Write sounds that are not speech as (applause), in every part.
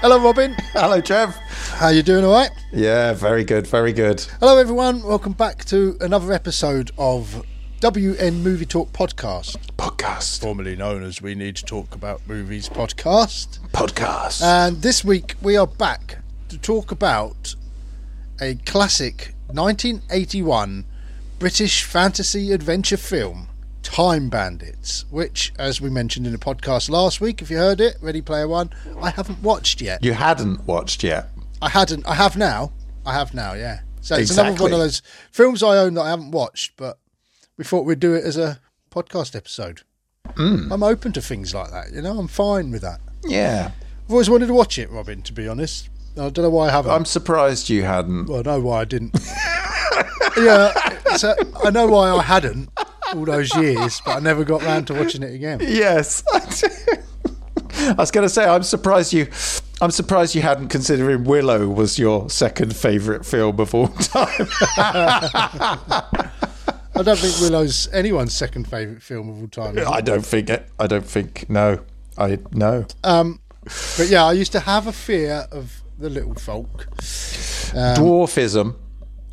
Hello, Robin. (laughs) Hello, Trev. How you doing? All right. Yeah, very good, very good. Hello, everyone. Welcome back to another episode of WN Movie Talk Podcast, Podcast, formerly known as We Need to Talk About Movies Podcast. podcast. And this week we are back to talk about a classic 1981 British fantasy adventure film, Time Bandits, which, as we mentioned in the podcast last week, if you heard it, Ready Player One, I haven't watched yet. you hadn't watched yet. I hadn't. I have now. I have now. Yeah. So it's another Exactly. one of those films I own that I haven't watched, but we thought we'd do it as a podcast episode. Hmm. I'm open to things like that. You know, I'm fine with that. Yeah. I've always wanted to watch it, Robin. To be honest, I don't know why I haven't. I'm surprised you hadn't. well, I know why I (laughs) didn't. yeah, so I know why I hadn't all those years, but I never got round to watching it again. Yes. (laughs) I was going to say I'm surprised you I'm surprised you hadn't considering Willow was your second favorite film of all (laughs) time. I don't think Willow's anyone's second favourite film of all time. I don't think it. I don't think no. I no. Um, but yeah, I used to have a fear of the little folk. dwarfism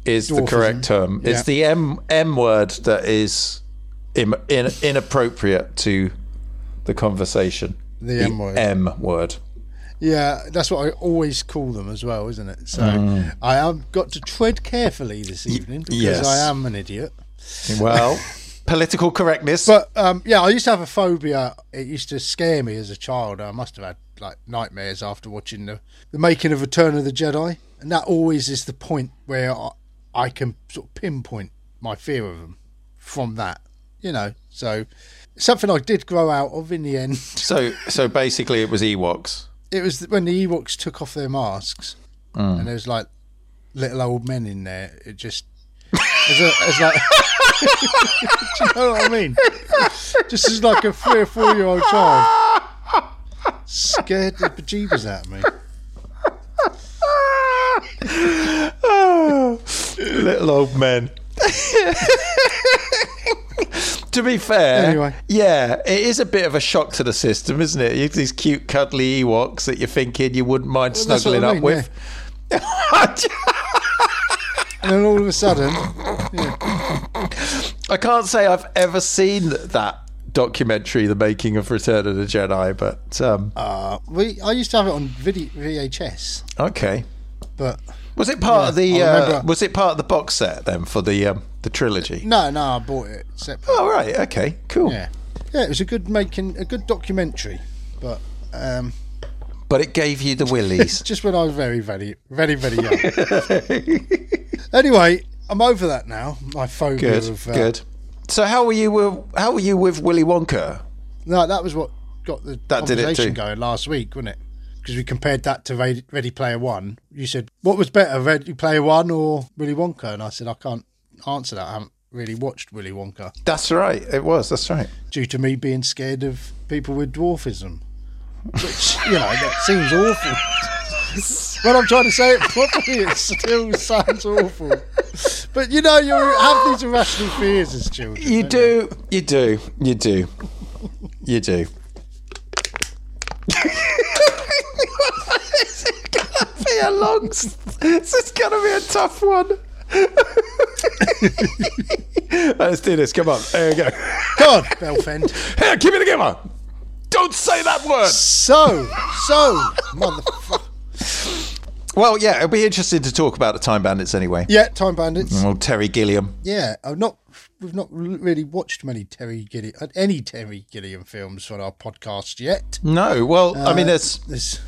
is the correct term. It's Um, yeah. the M M word that is Im, in, inappropriate to the conversation. The M word. M word. Yeah, that's what I always call them as well, isn't it? So I have got to tread carefully this evening because yes. I am an idiot. (laughs) Well, political correctness. But um, yeah, I used to have a phobia. It used to scare me as a child. I must have had like nightmares after watching the, the making of Return of the Jedi, and that always is the point where I, I can sort of pinpoint my fear of them from that. You know, so something I did grow out of in the end. (laughs) so so basically, it was Ewoks. it was when the Ewoks took off their masks, and there was like little old men in there. It just, it's, a, it's like, (laughs) do you know what I mean? Just as like a three or four year old child, scared the bejeebers out of me. Oh, (laughs) little old men. (laughs) to be fair, Anyway. yeah, it is a bit of a shock to the system, isn't it? You have these cute, cuddly Ewoks that you're thinking you wouldn't mind Well, that's what snuggling I up mean, with. And then all of a sudden, (laughs) I can't say I've ever seen that documentary, The Making of Return of the Jedi, but um, uh, we I used to have it on video, VHS, okay. but Was it part of the I uh, remember- Was it part of the box set then for the um, the trilogy? no, no, I bought it separate. All right, okay, cool. Yeah, yeah, it was a good making, a good documentary, but. Um, But it gave you the (laughs) willies. just when I was very, very, very, very young. (laughs) anyway, I'm over that now. My phobia good, of uh, good. So how were you? With, how were you with Willy Wonka? No, that was what got the That did it conversation too. going last week, wasn't it? Because we compared that to Ra- Ready Player One. You said what was better, Ready Player One or Willy Wonka? And I said I can't answer that. I haven't really watched Willy Wonka That's right. It was. That's right. due to me being scared of people with dwarfism, which you know that seems awful. when I'm trying to say it properly, it still sounds awful. But you know, you have these irrational fears as children. You do. You do. You do. You do. this is gonna be a long. s- This is gonna be a tough one. (laughs) Let's do this. Come on. There we go. God, Belfend. Here, keep it together. Don't say that word. So, so, motherfucker. Well, yeah, it'll be interesting to talk about the Time Bandits anyway. Yeah, Time Bandits. Well, Terry Gilliam. Yeah, I've not. We've not really watched many Terry Gilliam, any Terry Gilliam films on our podcast yet. No, well, I Uh, mean, there's This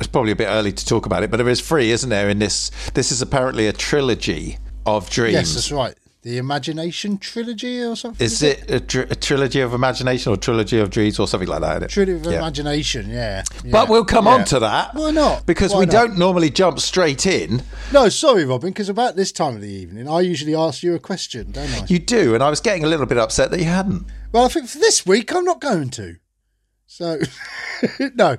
it's probably a bit early to talk about it, but there is three, isn't there? In this, this is apparently a trilogy of dreams. Yes, that's right. The Imagination Trilogy or something. Is it a, tr- a trilogy of imagination or trilogy of dreams or something like that? isn't it? Trilogy of Yeah. Imagination, yeah. yeah. But we'll come Yeah. on to that. Why not? Because Why we not? don't normally jump straight in. No, sorry, Robin, because about this time of the evening, I usually ask you a question, don't I? You do, and I was getting a little bit upset that you hadn't. Well, I think for this week, I'm not going to. So, (laughs) no.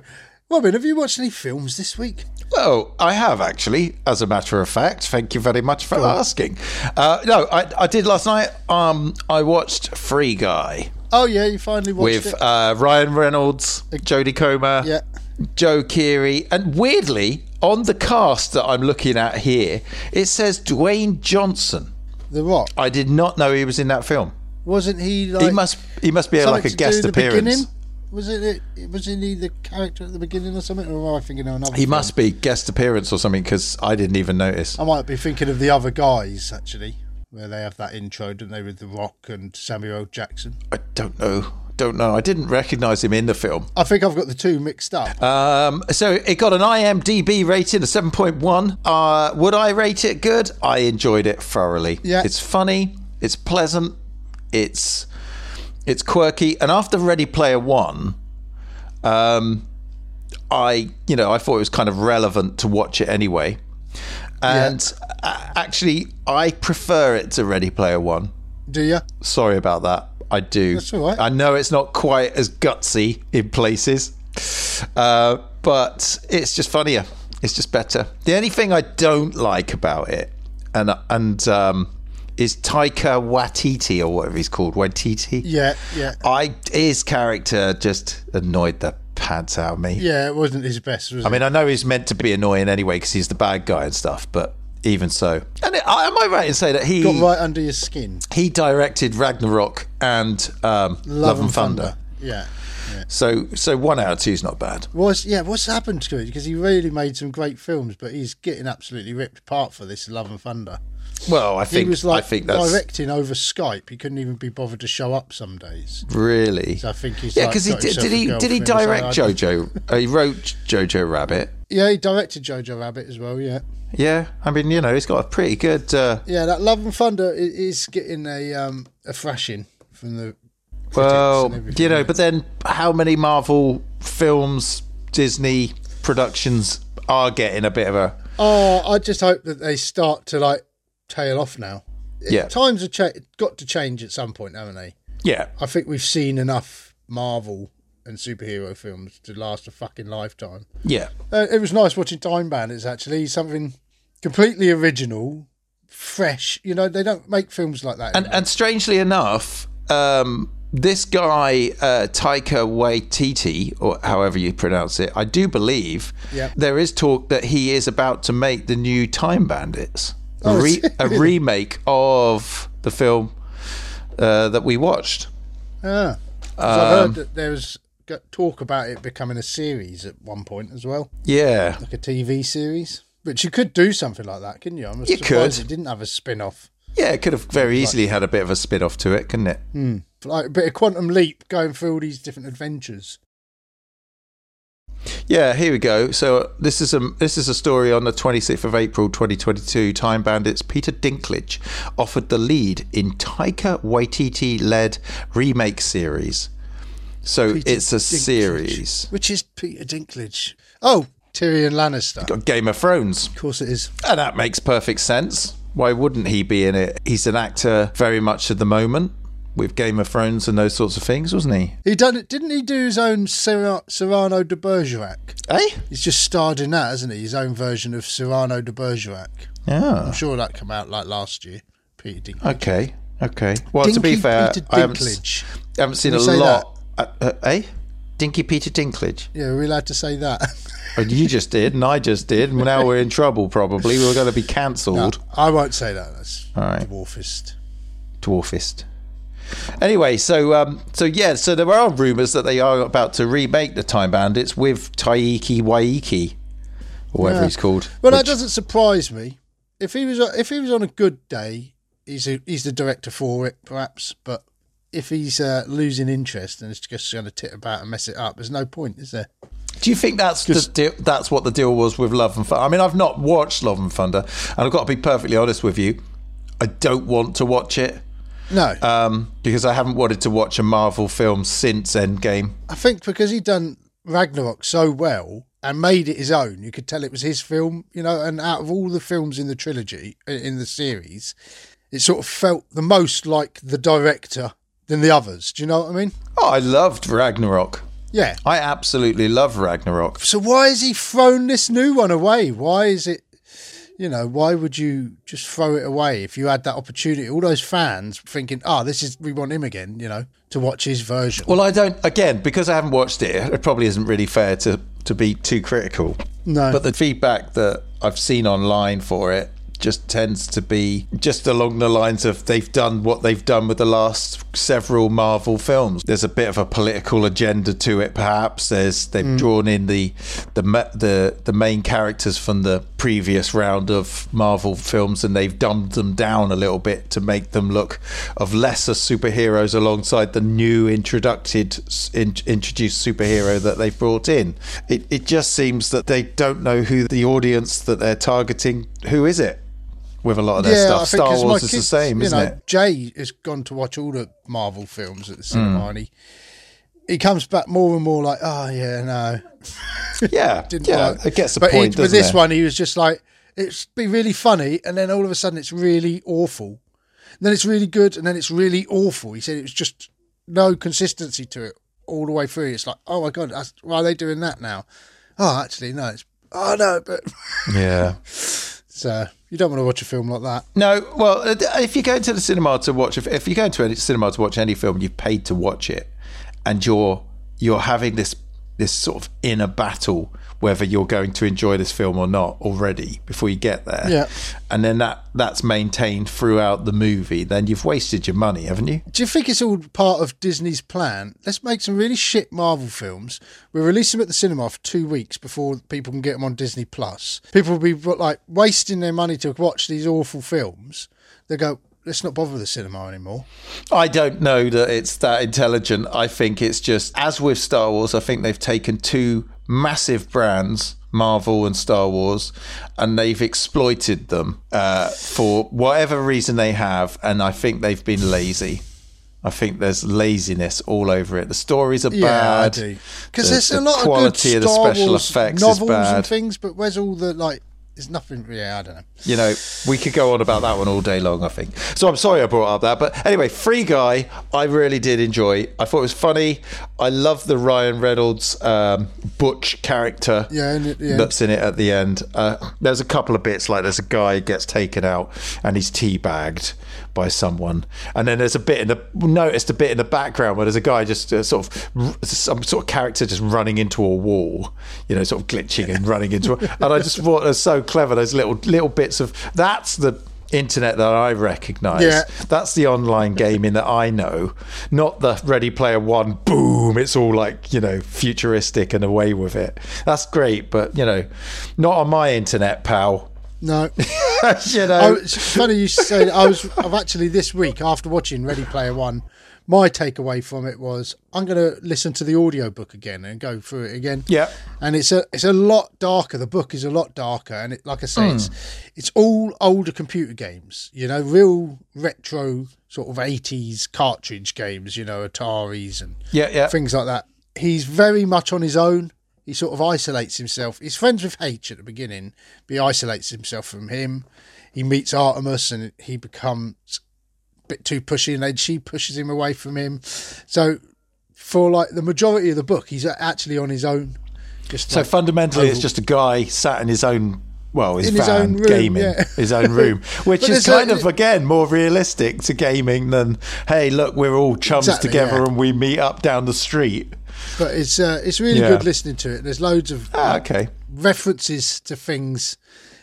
Robin, have you watched any films this week? Well, I have actually, as a matter of fact. Thank you very much for asking. Uh, no, I, I did last night. Um, I watched Free Guy Oh, yeah, you finally watched with it. uh, Ryan Reynolds, Jodie Comer, yeah. Joe Keery. And weirdly, on the cast that I'm looking at here, it says Dwayne Johnson. The Rock I did not know he was in that film. wasn't he like he must he must be a, something like a to do guest the appearance. beginning? Was it, it? Wasn't he the character at the beginning or something? Or am I thinking of another? He film? must be guest appearance or something because I didn't even notice. I might be thinking of the other guys actually, where they have that intro, don't they, with The Rock and Samuel L. Jackson? I don't know. Don't know. I didn't recognise him in the film. I think I've got the two mixed up. Um, so it got an IMDb rating of 7.1. Uh, would I rate it good? I enjoyed it thoroughly. Yeah. It's funny. It's pleasant. It's it's quirky. And after Ready Player One, um, I you know I thought it was kind of relevant to watch it anyway. And uh, actually, I prefer it to Ready Player One. Do you? Sorry about that. I do. That's all right. I know it's not quite as gutsy in places, uh, but it's just funnier. It's just better. The only thing I don't like about it, and and um, is Taika Waititi or whatever he's called, Waititi. Yeah, yeah, I his character just annoyed the pants out of me. yeah. It wasn't his best, was I mean, I know he's meant to be annoying anyway because he's the bad guy and stuff, but even so, and it, I, am I right in saying that he it? Got right under your skin. he directed Ragnarok and um, Love, and Thunder. Yeah. yeah. So so one out of two is not bad. What's yeah? What's happened to it? Because he really made some great films, but he's getting absolutely ripped apart for this Love and Thunder. Well, I He think was like I think that's directing over Skype. He couldn't even be bothered to show up some days. really So I think he's yeah. like, Because got he did, himself did a he did he girlfriend or direct something. JoJo? uh, he wrote JoJo Rabbit. Yeah, he directed Jojo Rabbit as well. Yeah, Yeah, I mean you know he's got a pretty good. Uh, yeah. That Love and Thunder i- is getting a um a thrashing from the critics well, and everything. you know, but then how many Marvel films, Disney productions are getting a bit of a Oh, I just hope that they start to like tail off now. yeah Times have cha- got to change at some point, haven't they? yeah I think we've seen enough Marvel and superhero films to last a fucking lifetime. yeah Uh, it was nice watching Time Bandits actually, something completely original, fresh. You know, they don't make films like that. And, and strangely enough, um, this guy uh, Taika Waititi, or however you pronounce it, I do believe Yep. there is talk that he is about to make the new Time Bandits, a, Oh, re- is he? a remake of the film uh, that we watched. Ah. 'Cause I Um, heard that there was g- talk about it becoming a series at one point as well, Yeah, like a TV series. But you could do something like that, couldn't you? I'm You surprised could. it didn't have a spin-off, yeah, it could have very easily had a bit of a spin off to it, couldn't it? like a bit of quantum leap, going through all these different adventures. Yeah, here we go. So this is a this is a story on the 26th of April 2022. Time Bandits Peter Dinklage offered the lead in Taika Waititi led remake series. So Peter it's a Dinklage. series. Which is Peter Dinklage? Oh, Tyrion Lannister. Got Game of Thrones. Of course it is. And that makes perfect sense. Why wouldn't he be in it? He's an actor very much at the moment with Game of Thrones and those sorts of things, wasn't he? He done it, didn't he? Do his own Serra- Serrano de Bergerac. Eh? He's just starred in that, hasn't he? His own version of Serrano de Bergerac. Yeah. I'm sure that came out like last year. Peter Dinklage. Okay. Okay. Well, to be Dinky fair, Peter I haven't, s- Dinklage. I haven't seen a say lot. Uh, uh, eh? Dinky Peter Dinklage. Yeah, are we allowed to say that? (laughs) And you just (laughs) did, and I just did. and Now we're in trouble, probably. We're going to (laughs) be cancelled. I won't say that. That's All right. dwarfist. Dwarfist. Anyway, so um, so yeah, so there are rumours that they are about to remake the Time Bandits with Taiki Waiki, or whatever Yeah. he's called. Well, that which- doesn't surprise me. If he was if he was on a good day, he's a, he's the director for it, perhaps. But if he's uh, losing interest and it's just going to tit about and mess it up, there's no point, is there? Do you think that's the deal, that's what the deal was with Love and Thunder? I mean, I've not watched Love and Thunder, and I've got to be perfectly honest with you. I don't want to watch it No, um, because I haven't wanted to watch a Marvel film since Endgame. I think because he'd done Ragnarok so well and made it his own, you could tell it was his film, you know. And out of all the films in the trilogy, i- in the series, it sort of felt the most like the director than the others. Do you know what I mean? Oh, I loved Ragnarok. Yeah. I absolutely love Ragnarok. So why has he thrown this new one away? Why is it? you know, why would you just throw it away if you had that opportunity? All those fans thinking, oh, this is, we want him again, you know, to watch his version. Well, I don't. Again, because I haven't watched it, it probably isn't really fair to to be too critical. No. But the feedback that I've seen online for it just tends to be just along the lines of they've done what they've done with the last several Marvel films. There's a bit of a political agenda to it, perhaps. There's they've drawn in the the ma- the the main characters from the previous round of Marvel films, and they've dumbed them down a little bit to make them look of lesser superheroes alongside the new introducted in, introduced superhero that they've brought in. It it just seems that they don't know who the audience that they're targeting. Who is it? with a lot of their stuff. Star 'cause my Wars is kids, the same, you isn't know, it? Hmm. Jay has gone to watch all the Marvel films at the cinema, and he he comes back more and more like, oh yeah, no, Yeah, (laughs) didn't yeah. work. It gets the but he- point. with doesn't this it? one, he was just like, it's be really funny, and then all of a sudden, it's really awful. And then it's really good, and then it's really awful. He said it was just no consistency to it all the way through. It's like, oh my god, that's, why are they doing that now? Oh, actually, no, it's oh no, but (laughs) yeah. so you don't want to watch a film like that. No, well, uh, if you go into the cinema to watch, if, if you go into a cinema to watch any film, and you've paid to watch it, and you're you're having this this sort of inner battle whether you're going to enjoy this film or not already before you get there. Yeah. And then that that's maintained throughout the movie. Then you've wasted your money, haven't you? Do you think it's all part of Disney's plan? Let's make some really shit Marvel films. We release them at the cinema for two weeks before people can get them on Disney Plus. People will be like wasting their money to watch these awful films. They go, let's not bother with the cinema anymore. I don't know that it's that intelligent. I think it's just as with Star Wars, I think they've taken two massive brands, Marvel and Star Wars, and they've exploited them uh, for whatever reason they have. And I think they've been lazy. I think there's laziness all over it. The stories are bad. Because The- there's the a lot of good quality Star of the special Wars effects is novels and bad. things, but where's all the like? There's nothing. Yeah, I don't know. you know, we could go on about that one all day long, I think. So I'm sorry I brought up that. But anyway, Free Guy, I really did enjoy. I thought it was funny. I love the Ryan Reynolds um, Butch character Yeah, and at the end- that's in it at the end. Uh, there's a couple of bits, like there's a guy gets taken out and he's teabagged by someone. And then there's a bit in the, noticed a bit in the background where there's a guy just uh, sort of, r- some sort of character just running into a wall, you know, sort of glitching and running into it. And I just thought it was so clever, those little, little bits of, that's the internet that I recognize. Yeah. That's the online gaming that I know, not the Ready Player One. Boom! It's all like you know, futuristic and away with it. That's great, but you know, not on my internet, pal. (laughs) No. you I know, was, Oh, it's funny you say that. I was. I've actually this week after watching Ready Player One, my takeaway from it was I'm going to listen to the audiobook again and go through it again. Yeah. and it's a it's a lot darker. The book is a lot darker, and it, like I say, it's it's all older computer games. You know, real retro sort of 80s cartridge games. You know, Ataris and yeah, yeah. things like that. He's very much on his own. He sort of isolates himself. He's friends with H at the beginning, but he isolates himself from him. He meets Artemis and he becomes a bit too pushy, and then she pushes him away from him. So, for like the majority of the book, he's actually on his own. Just So like- fundamentally, it's just a guy sat in his own. Well, his, In his van, own room, gaming, yeah. his own room, which (laughs) But is it's a- kind of again more realistic to gaming than hey, look, we're all chums Exactly, together yeah. and we meet up down the street. but it's uh, it's really Yeah. good listening to it. There's loads of Ah, okay, references to things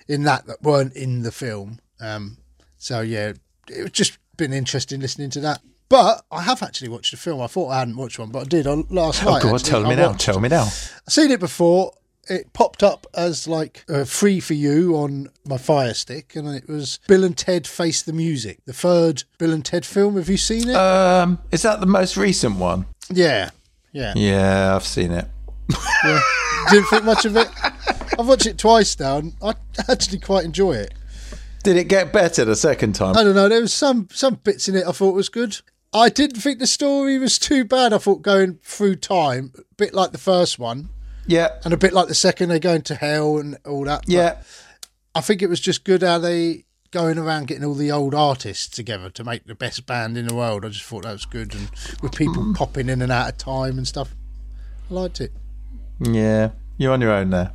in that that weren't in the film. Um, so yeah, it's just been interesting listening to that. But I have actually watched a film. I thought I hadn't watched one, but I did on last oh night. god, actually. tell I me now, watched- tell me now. I've seen it before. It popped up as like uh, free for you on my Fire Stick, and it was Bill and Ted Face the Music, the third Bill and Ted film. Have you seen it? Um, is that the most recent one? yeah, yeah. Yeah, I've seen it. Didn't think much of it. I've watched it twice now, and I actually quite enjoy it. Did it get better the second time? I don't know. There was some some bits in it I thought was good. I didn't think the story was too bad. I thought going through time, a bit like the first one, yeah, and a bit like the second, they go into hell and all that. But yeah, I think it was just good how they going around getting all the old artists together to make the best band in the world. I just thought that was good, and with people Hmm. popping in and out of time and stuff, I liked it. yeah. You're on your own there.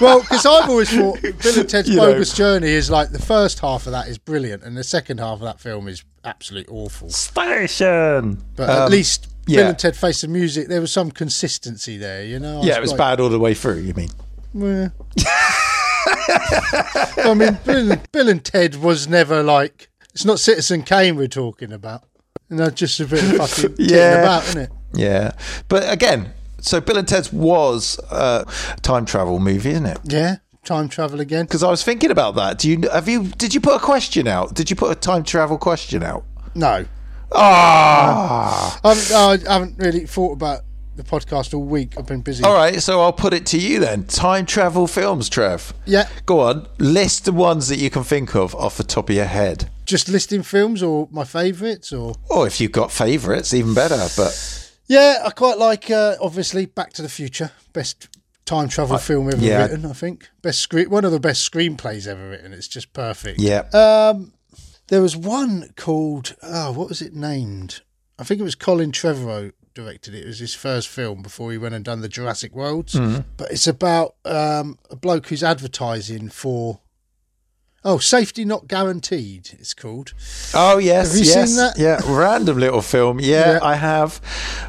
Well, because I've always (laughs) thought Bill and Ted's You know. Bogus Journey is like the first half of that is brilliant, and the second half of that film is absolutely awful. Station. But at least Um, yeah. Bill and Ted Face the Music, there was some consistency there, you know. I yeah, it was like, bad all the way through. You mean? Meh. (laughs) I mean, Bill, Bill and Ted was never like it's not Citizen Kane we're talking about, and that's just a bit of (laughs) fucking yeah. Yeah. about, isn't it? Yeah, but again, so Bill and Ted's was a time travel movie, isn't it? Yeah, time travel again. Because I was thinking about that. Do you have you? Did you put a question out? Did you put a time travel question out? No, Ah. I haven't, I haven't really thought about the podcast all week. I've been busy. All right, so I'll put it to you then. Time travel films, Trev. Yeah. Go on. List the ones that you can think of off the top of your head. Just listing films or my favourites or Or if you've got favourites, even better. But yeah, I quite like uh, obviously Back to the Future, best time travel film ever yeah. written. I think best screen, one of the best screenplays ever written. It's just perfect. yeah, There was one called oh, what was it named? I think it was Colin Trevorrow directed it. It was his first film before he went and done the Jurassic Worlds. Mm-hmm. But it's about um, a bloke who's advertising for oh, safety not guaranteed. It's called. Oh yes, Have you yes, seen that? yeah. Random little film. Yeah, Yeah. I have.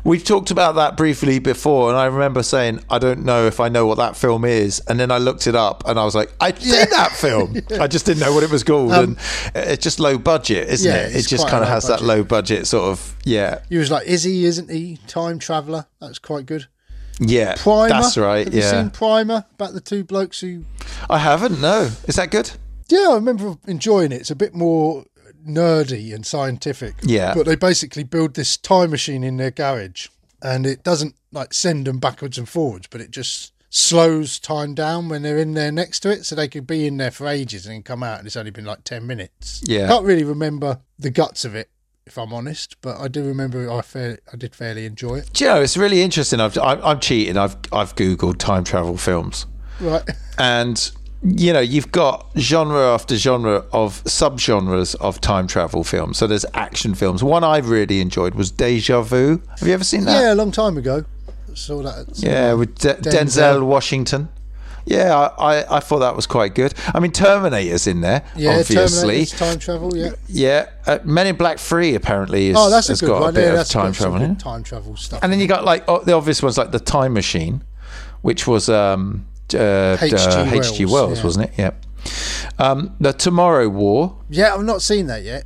We've talked about that briefly before, and I remember saying I don't know if I know what that film is, and then I looked it up, and I was like, I've seen that (laughs) film. I just didn't know what it was called, and it's just low budget, isn't Um, yeah, it? It it's just quite kind a of low has that budget. low budget sort of yeah, He was like, is he? Isn't he? Time traveler. That's quite good. yeah. Primer. That's right. Have you yeah, seen Primer about the two blokes who I haven't. No, is that good? Yeah, I remember enjoying it. It's a bit more nerdy and scientific. Yeah. But they basically build this time machine in their garage and it doesn't like send them backwards and forwards, but it just slows time down when they're in there next to it so they could be in there for ages and then come out and it's only been like 10 minutes. Yeah. Can't really remember the guts of it if I'm honest, but I do remember I fair, I did fairly enjoy it. Do you know, it's really interesting. I've, I'm, I'm cheating. I've I've googled time travel films. Right. (laughs) and you know you've got genre after genre of subgenres of time travel films so there's action films one i really enjoyed was deja vu have you ever seen Yeah, that a long time ago. Saw that. yeah with De- denzel. Denzel. washington yeah I, I i thought that was quite good i mean terminator's in there Yeah, obviously Terminator's time travel, yeah. yeah uh, men in black 3 apparently is, Oh, that's a has good got one. a bit yeah, of that's time got some travel in good it. Time travel stuff. and then you got like oh, the obvious ones like the time machine which was um uh, uh, H.G. hg wells, Wells, yeah. wasn't it yeah um the tomorrow war yeah, I've not seen that yet.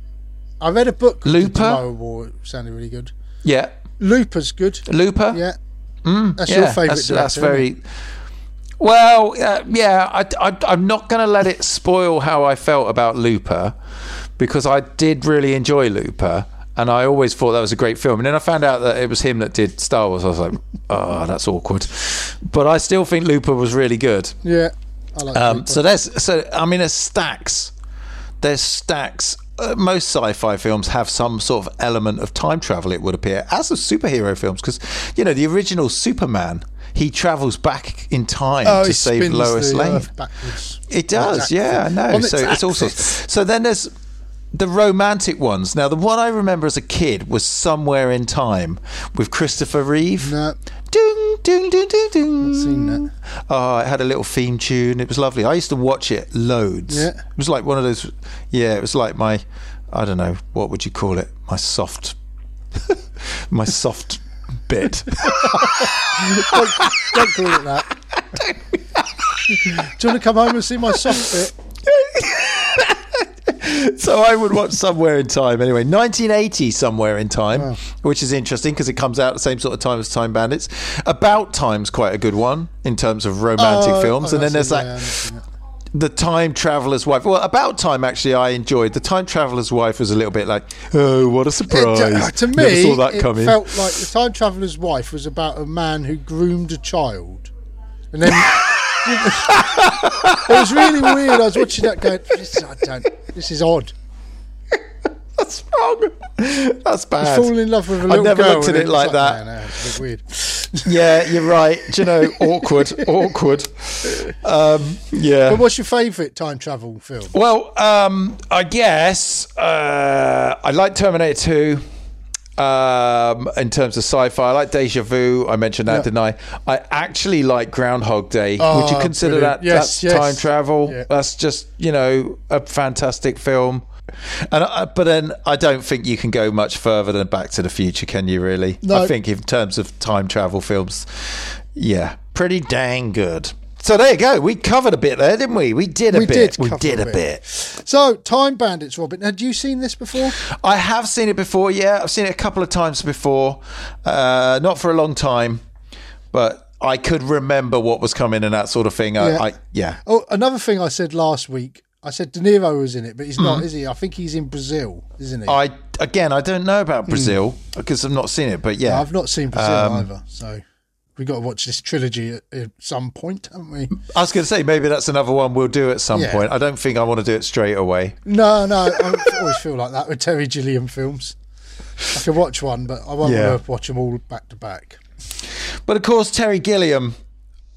I read a book. called The Looper? Tomorrow War it sounded really good. yeah Looper's good. looper Yeah. that's Mm, Yeah, your favourite. that's, that's director, isn't very well uh, yeah I, I, i'm not going to let it spoil how i felt about looper because i did really enjoy looper and I always thought that was a great film. And then I found out that it was him that did Star Wars. I was like, oh, that's awkward. But I still think Looper was really good. it? Yeah. I like Um, Looper. so there's so I mean there's stacks, there's stacks. Uh, most sci-fi films have some sort of element of time travel. It would appear as of superhero films because you know the original Superman he travels back in time Oh, to it save spins Lois the Lane. Earth backwards. (laughs) It does, Exactly. yeah, I know. On so its it's all sorts. So then there's the romantic ones. Now the one I remember as a kid was Somewhere in Time with Christopher Reeve. No, Ding, ding, ding, ding, ding. seen that. Oh, it had a little theme tune. It was lovely. I used to watch it loads. Yeah. It was like one of those. Yeah, it was like my, I don't know, what would you call it? My soft, (laughs) my soft bit. don't call it that. (laughs) Do you want to come home and see my soft bit? so I would watch Somewhere in Time anyway. 1980 Somewhere in Time, which is interesting because it comes out at the same sort of time as Time Bandits. About Time's quite a good one in terms of romantic Oh, films. oh, and then that's it, there's that. yeah, I haven't seen it. the time traveler's wife well about time actually i enjoyed the time traveler's wife was a little bit like oh what a surprise It, uh, (laughs) to me, Never saw that it coming felt like the time traveler's wife was about a man who groomed a child, and then (laughs) it was really weird. I was watching that going, this, I don't, this is odd. (laughs) that's wrong that's bad Fall in love with a little never girl looked at and it it's like that. No, no, it's a bit weird. yeah you're right Do you know (laughs) awkward awkward um yeah But what's your favourite time travel film? well um i guess uh i like terminator 2 um, in terms of sci-fi. I like Deja Vu. I mentioned that, Yeah. didn't I? I actually like Groundhog Day. Would you Oh, consider brilliant. that Yes, that's yes. time travel? Yeah. That's just you know a fantastic film. And I, but then I don't think you can go much further than Back to the Future, can you? Really? No. I think in terms of time travel films, yeah, pretty dang good. So there you go. We covered a bit there, didn't we? We did a We bit. did we cover did a a bit. bit. So, Time Bandits, Robin. Had you seen this before? I have seen it before. Yeah, I've seen it a couple of times before. Uh, not for a long time, but I could remember what was coming and that sort of thing. I, Yeah. yeah. I, yeah. Oh, another thing I said last week. I said De Niro was in it, but he's Mm. not, is he? I think he's in Brazil, isn't he? I again, I don't know about Brazil because I've not seen it, but yeah, Hmm. I've not seen Brazil Um, either, so we got to watch this trilogy at, at some point, haven't we? I was going to say maybe that's another one we'll do at some Yeah. point. I don't think I want to do it straight away. No, no, I (laughs) always feel like that with Terry Gilliam films. I can watch one, but I won't Yeah. want to watch them all back to back. But of course, Terry Gilliam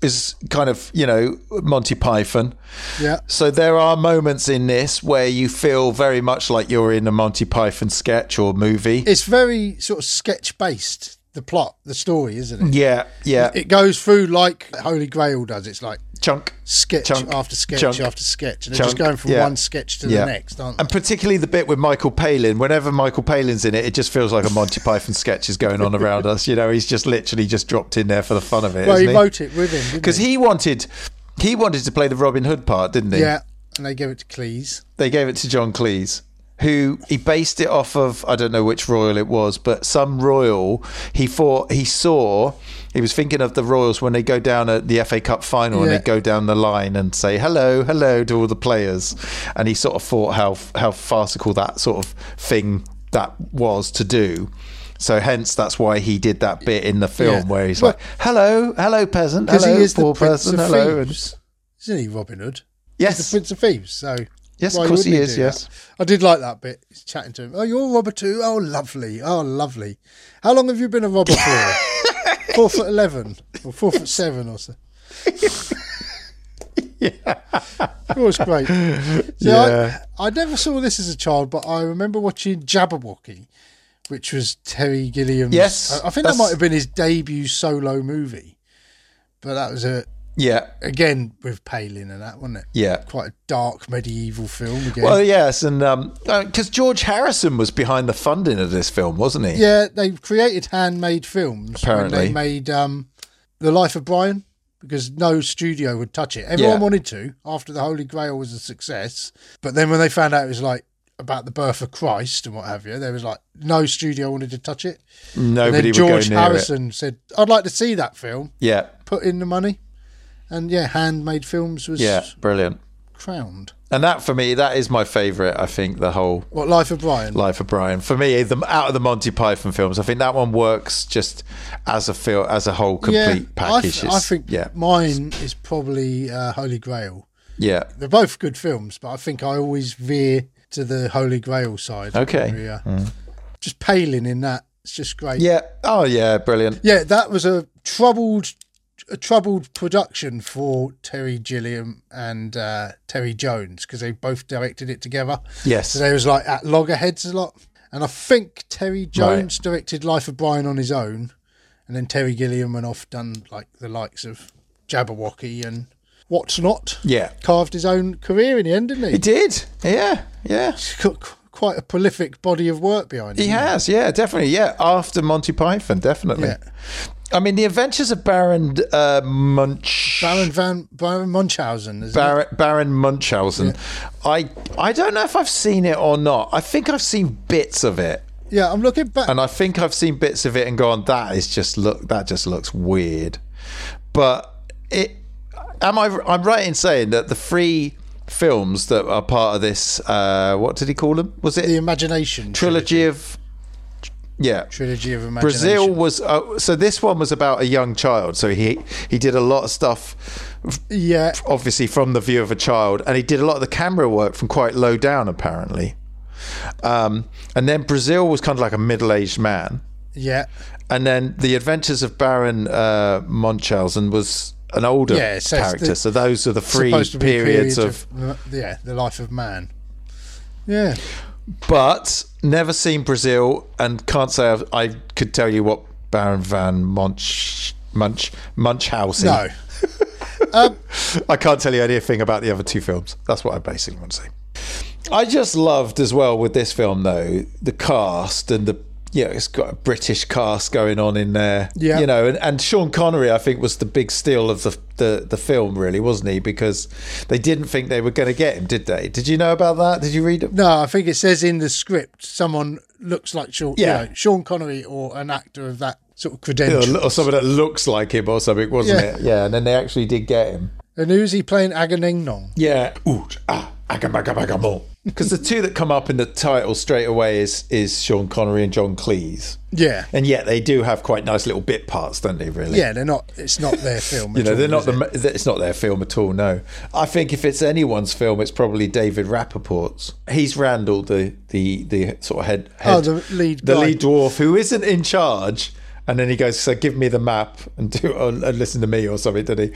is kind of you know Monty Python. Yeah, So there are moments in this where you feel very much like you're in a Monty Python sketch or movie. it's very sort of sketch based. The plot, the story, isn't it? yeah, yeah. It goes through like Holy Grail does. It's like chunk. sketch Chunk, after sketch chunk, after sketch, and they're just chunk, going from yeah. one sketch to Yeah. the next, aren't they? And particularly the bit with Michael Palin. Whenever Michael Palin's in it, it just feels like a (laughs) Monty Python sketch is going on around us. You know, he's just literally just dropped in there for the fun of it. Well, he not wrote it with him didn't Because he wanted, he wanted to play the Robin Hood part, didn't he? yeah, and they gave it to Cleese. They gave it to John Cleese, who he based it off of. I don't know which royal it was, but some royal he thought he saw. He was thinking of the royals when they go down at the FA Cup final and Yeah. they go down the line and say hello, hello to all the players, and he sort of thought how how farcical that sort of thing that was to do. So hence that's why he did that bit in the film Yeah. where he's Well- like, "Hello, hello peasant, Because hello he is poor the Prince person, of hello." and- Thieves, isn't he, Robin Hood? He's yes, the Prince of Thieves, so Yes, of why course wouldn't he is, do that? yes. I did like that bit. He's chatting to him. Oh, you're a robber too. Oh, lovely. Oh, lovely. How long have you been a robber (laughs) for? four foot eleven or four foot seven or (laughs) so. yeah, it was (laughs) great. So Yeah. I, I never saw this as a child, but I remember watching Jabberwocky, which was Terry Gilliam's. Yes, I, I think that's- that might have been his debut solo movie, but that was a yeah, again with Palin and that, wasn't it? yeah. quite a dark medieval film again. Well, yes, and because George Harrison was behind the funding of this film, wasn't he? yeah, they created handmade films. when Apparently. they made um, the Life of Brian because no studio would touch it. Everyone Yeah. wanted to after the Holy Grail was a success, but then when they found out it was like about the birth of Christ and what have you, there was like no studio wanted to touch it. And Nobody then George would go near it. Harrison said, "I'd like to see that film. Yeah, Put in the money." And yeah, handmade films was yeah, brilliant. crowned. And that for me, that is my favourite. I think the whole What Life of Brian? Life of Brian for me, the, out of the Monty Python films, I think that one works just as a film, as a whole complete I, package. th- I It's- think yeah, mine is probably uh, Holy Grail. yeah, They're both good films, but I think I always veer to the Holy Grail side. Okay. Mm. Really, uh, Just Palin in that. It's just great. yeah. Oh yeah, brilliant. Yeah, that was a troubled a troubled production for Terry Gilliam and uh, Terry Jones because they both directed it together. Yes, So they was like at loggerheads a lot. And I think Terry Jones directed Life of Brian on his own, and then Terry Gilliam went off done like the likes of Jabberwocky and what's not. yeah. Carved his own career in the end, didn't he? He did. Yeah, yeah. He's got qu- quite a prolific body of work behind He him. has, yeah, definitely, yeah. After Monty Python, definitely. Mm. Yeah. I mean, The Adventures of Baron uh, Munch, Baron Van Baron Munchausen. Isn't it? Baron, Baron Munchausen. I I don't know if I've seen it or not. I think I've seen bits of it, Yeah, I'm looking back. and I think I've seen bits of it and gone, that is just look, that just looks weird. But it, am I? I'm right in saying that the three films that are part of this, uh, what did he call them? Was it the Imagination trilogy of? Yeah, trilogy of imagination. Brazil was uh, so. This one was about a young child. So he he did a lot of stuff, f- Yeah, obviously from the view of a child, and he did a lot of the camera work from quite low down, apparently. Um, and then Brazil was kind of like a middle-aged man, yeah, and then the Adventures of Baron uh, Munchausen was an older Yeah, so it's character. the- so those are the three supposed periods to be periods of, of, yeah the life of man. Yeah, but never seen Brazil and can't say I've, I could tell you what Baron van Munch Munch Munchausen. No. I can't tell you anything about the other two films. That's what I basically want to say. I just loved as well with this film though the cast and the you know it's got a British cast going on in there. Yeah. you know, and, and Sean Connery I think was the big steal of the, the the film really wasn't he because they didn't think they were going to get him, did they? Did you know about that? Did you read it? No, I think it says in the script someone looks like Sean, you Yeah. know, Sean Connery or an actor of that sort of Or, credential. or something that looks like him or something, wasn't Yeah. it? Yeah, and then they actually did get him. And who's he playing Aganignong? Yeah. Ooh, ah, Because the two that come up in the title straight away is is Sean Connery and John Cleese, Yeah. and yet they do have quite nice little bit parts, don't they? Really. Yeah, they're not. It's not their film. (laughs) You know, they're not the. ma- It's not their film at all. No, I think if it's anyone's film, it's probably David Rappaport's. He's Randall, the the the sort of head. head Oh, the lead the guy. lead dwarf who isn't in charge. And then he goes, "So give me the map and do uh, and listen to me or something." Did he?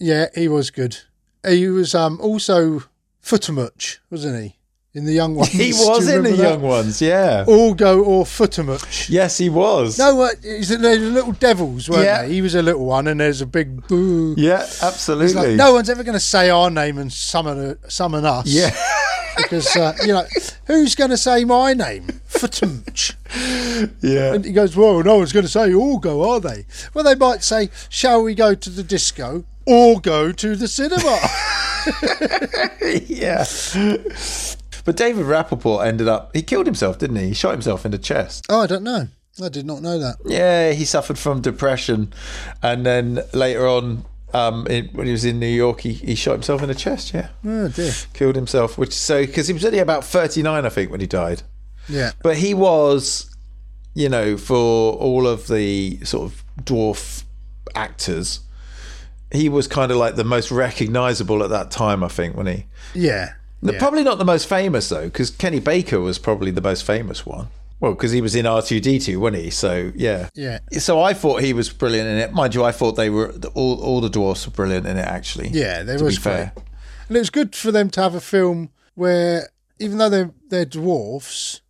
Yeah, he was good. He was um also Footamuch, wasn't he? In the young ones. (laughs) He Do you was in the remember that? Young Ones, yeah. Orgo or Footamuch. Yes, he was. No, uh, is it, they're the little devils, weren't Yeah. they? He was a little one, and there's a big boo. Yeah, It's like, absolutely. no one's ever going to say our name and summon summon us. (laughs) Yeah. because uh, you know who's going to say my name? Footamuch. Yeah. And he goes, well, no one's going to say Orgo, are they? Well, they might say, shall we go to the disco or go to the (laughs) cinema? yeah. But David Rappaport ended up, he killed himself, didn't he? He shot himself in the chest. oh, I don't know. I did not know that. Yeah, he suffered from depression. And then later on, um, in, when he was in New York, he, he shot himself in the chest, yeah. Oh dear. Killed himself, which so, because he was only about 39, I think, when he died. Yeah. But he was, you know, for all of the sort of dwarf actors, he was kind of like the most recognizable at that time, I think, wasn't he? Yeah. The- yeah. Probably not the most famous though, because Kenny Baker was probably the most famous one. Well, because he was in R two D two, wasn't he? So yeah, Yeah. So I thought he was brilliant in it. Mind you, I thought they were all all the dwarfs were brilliant in it. Actually, yeah, there to was be fair. great. And it was good for them to have a film where, even though they're, they're dwarfs,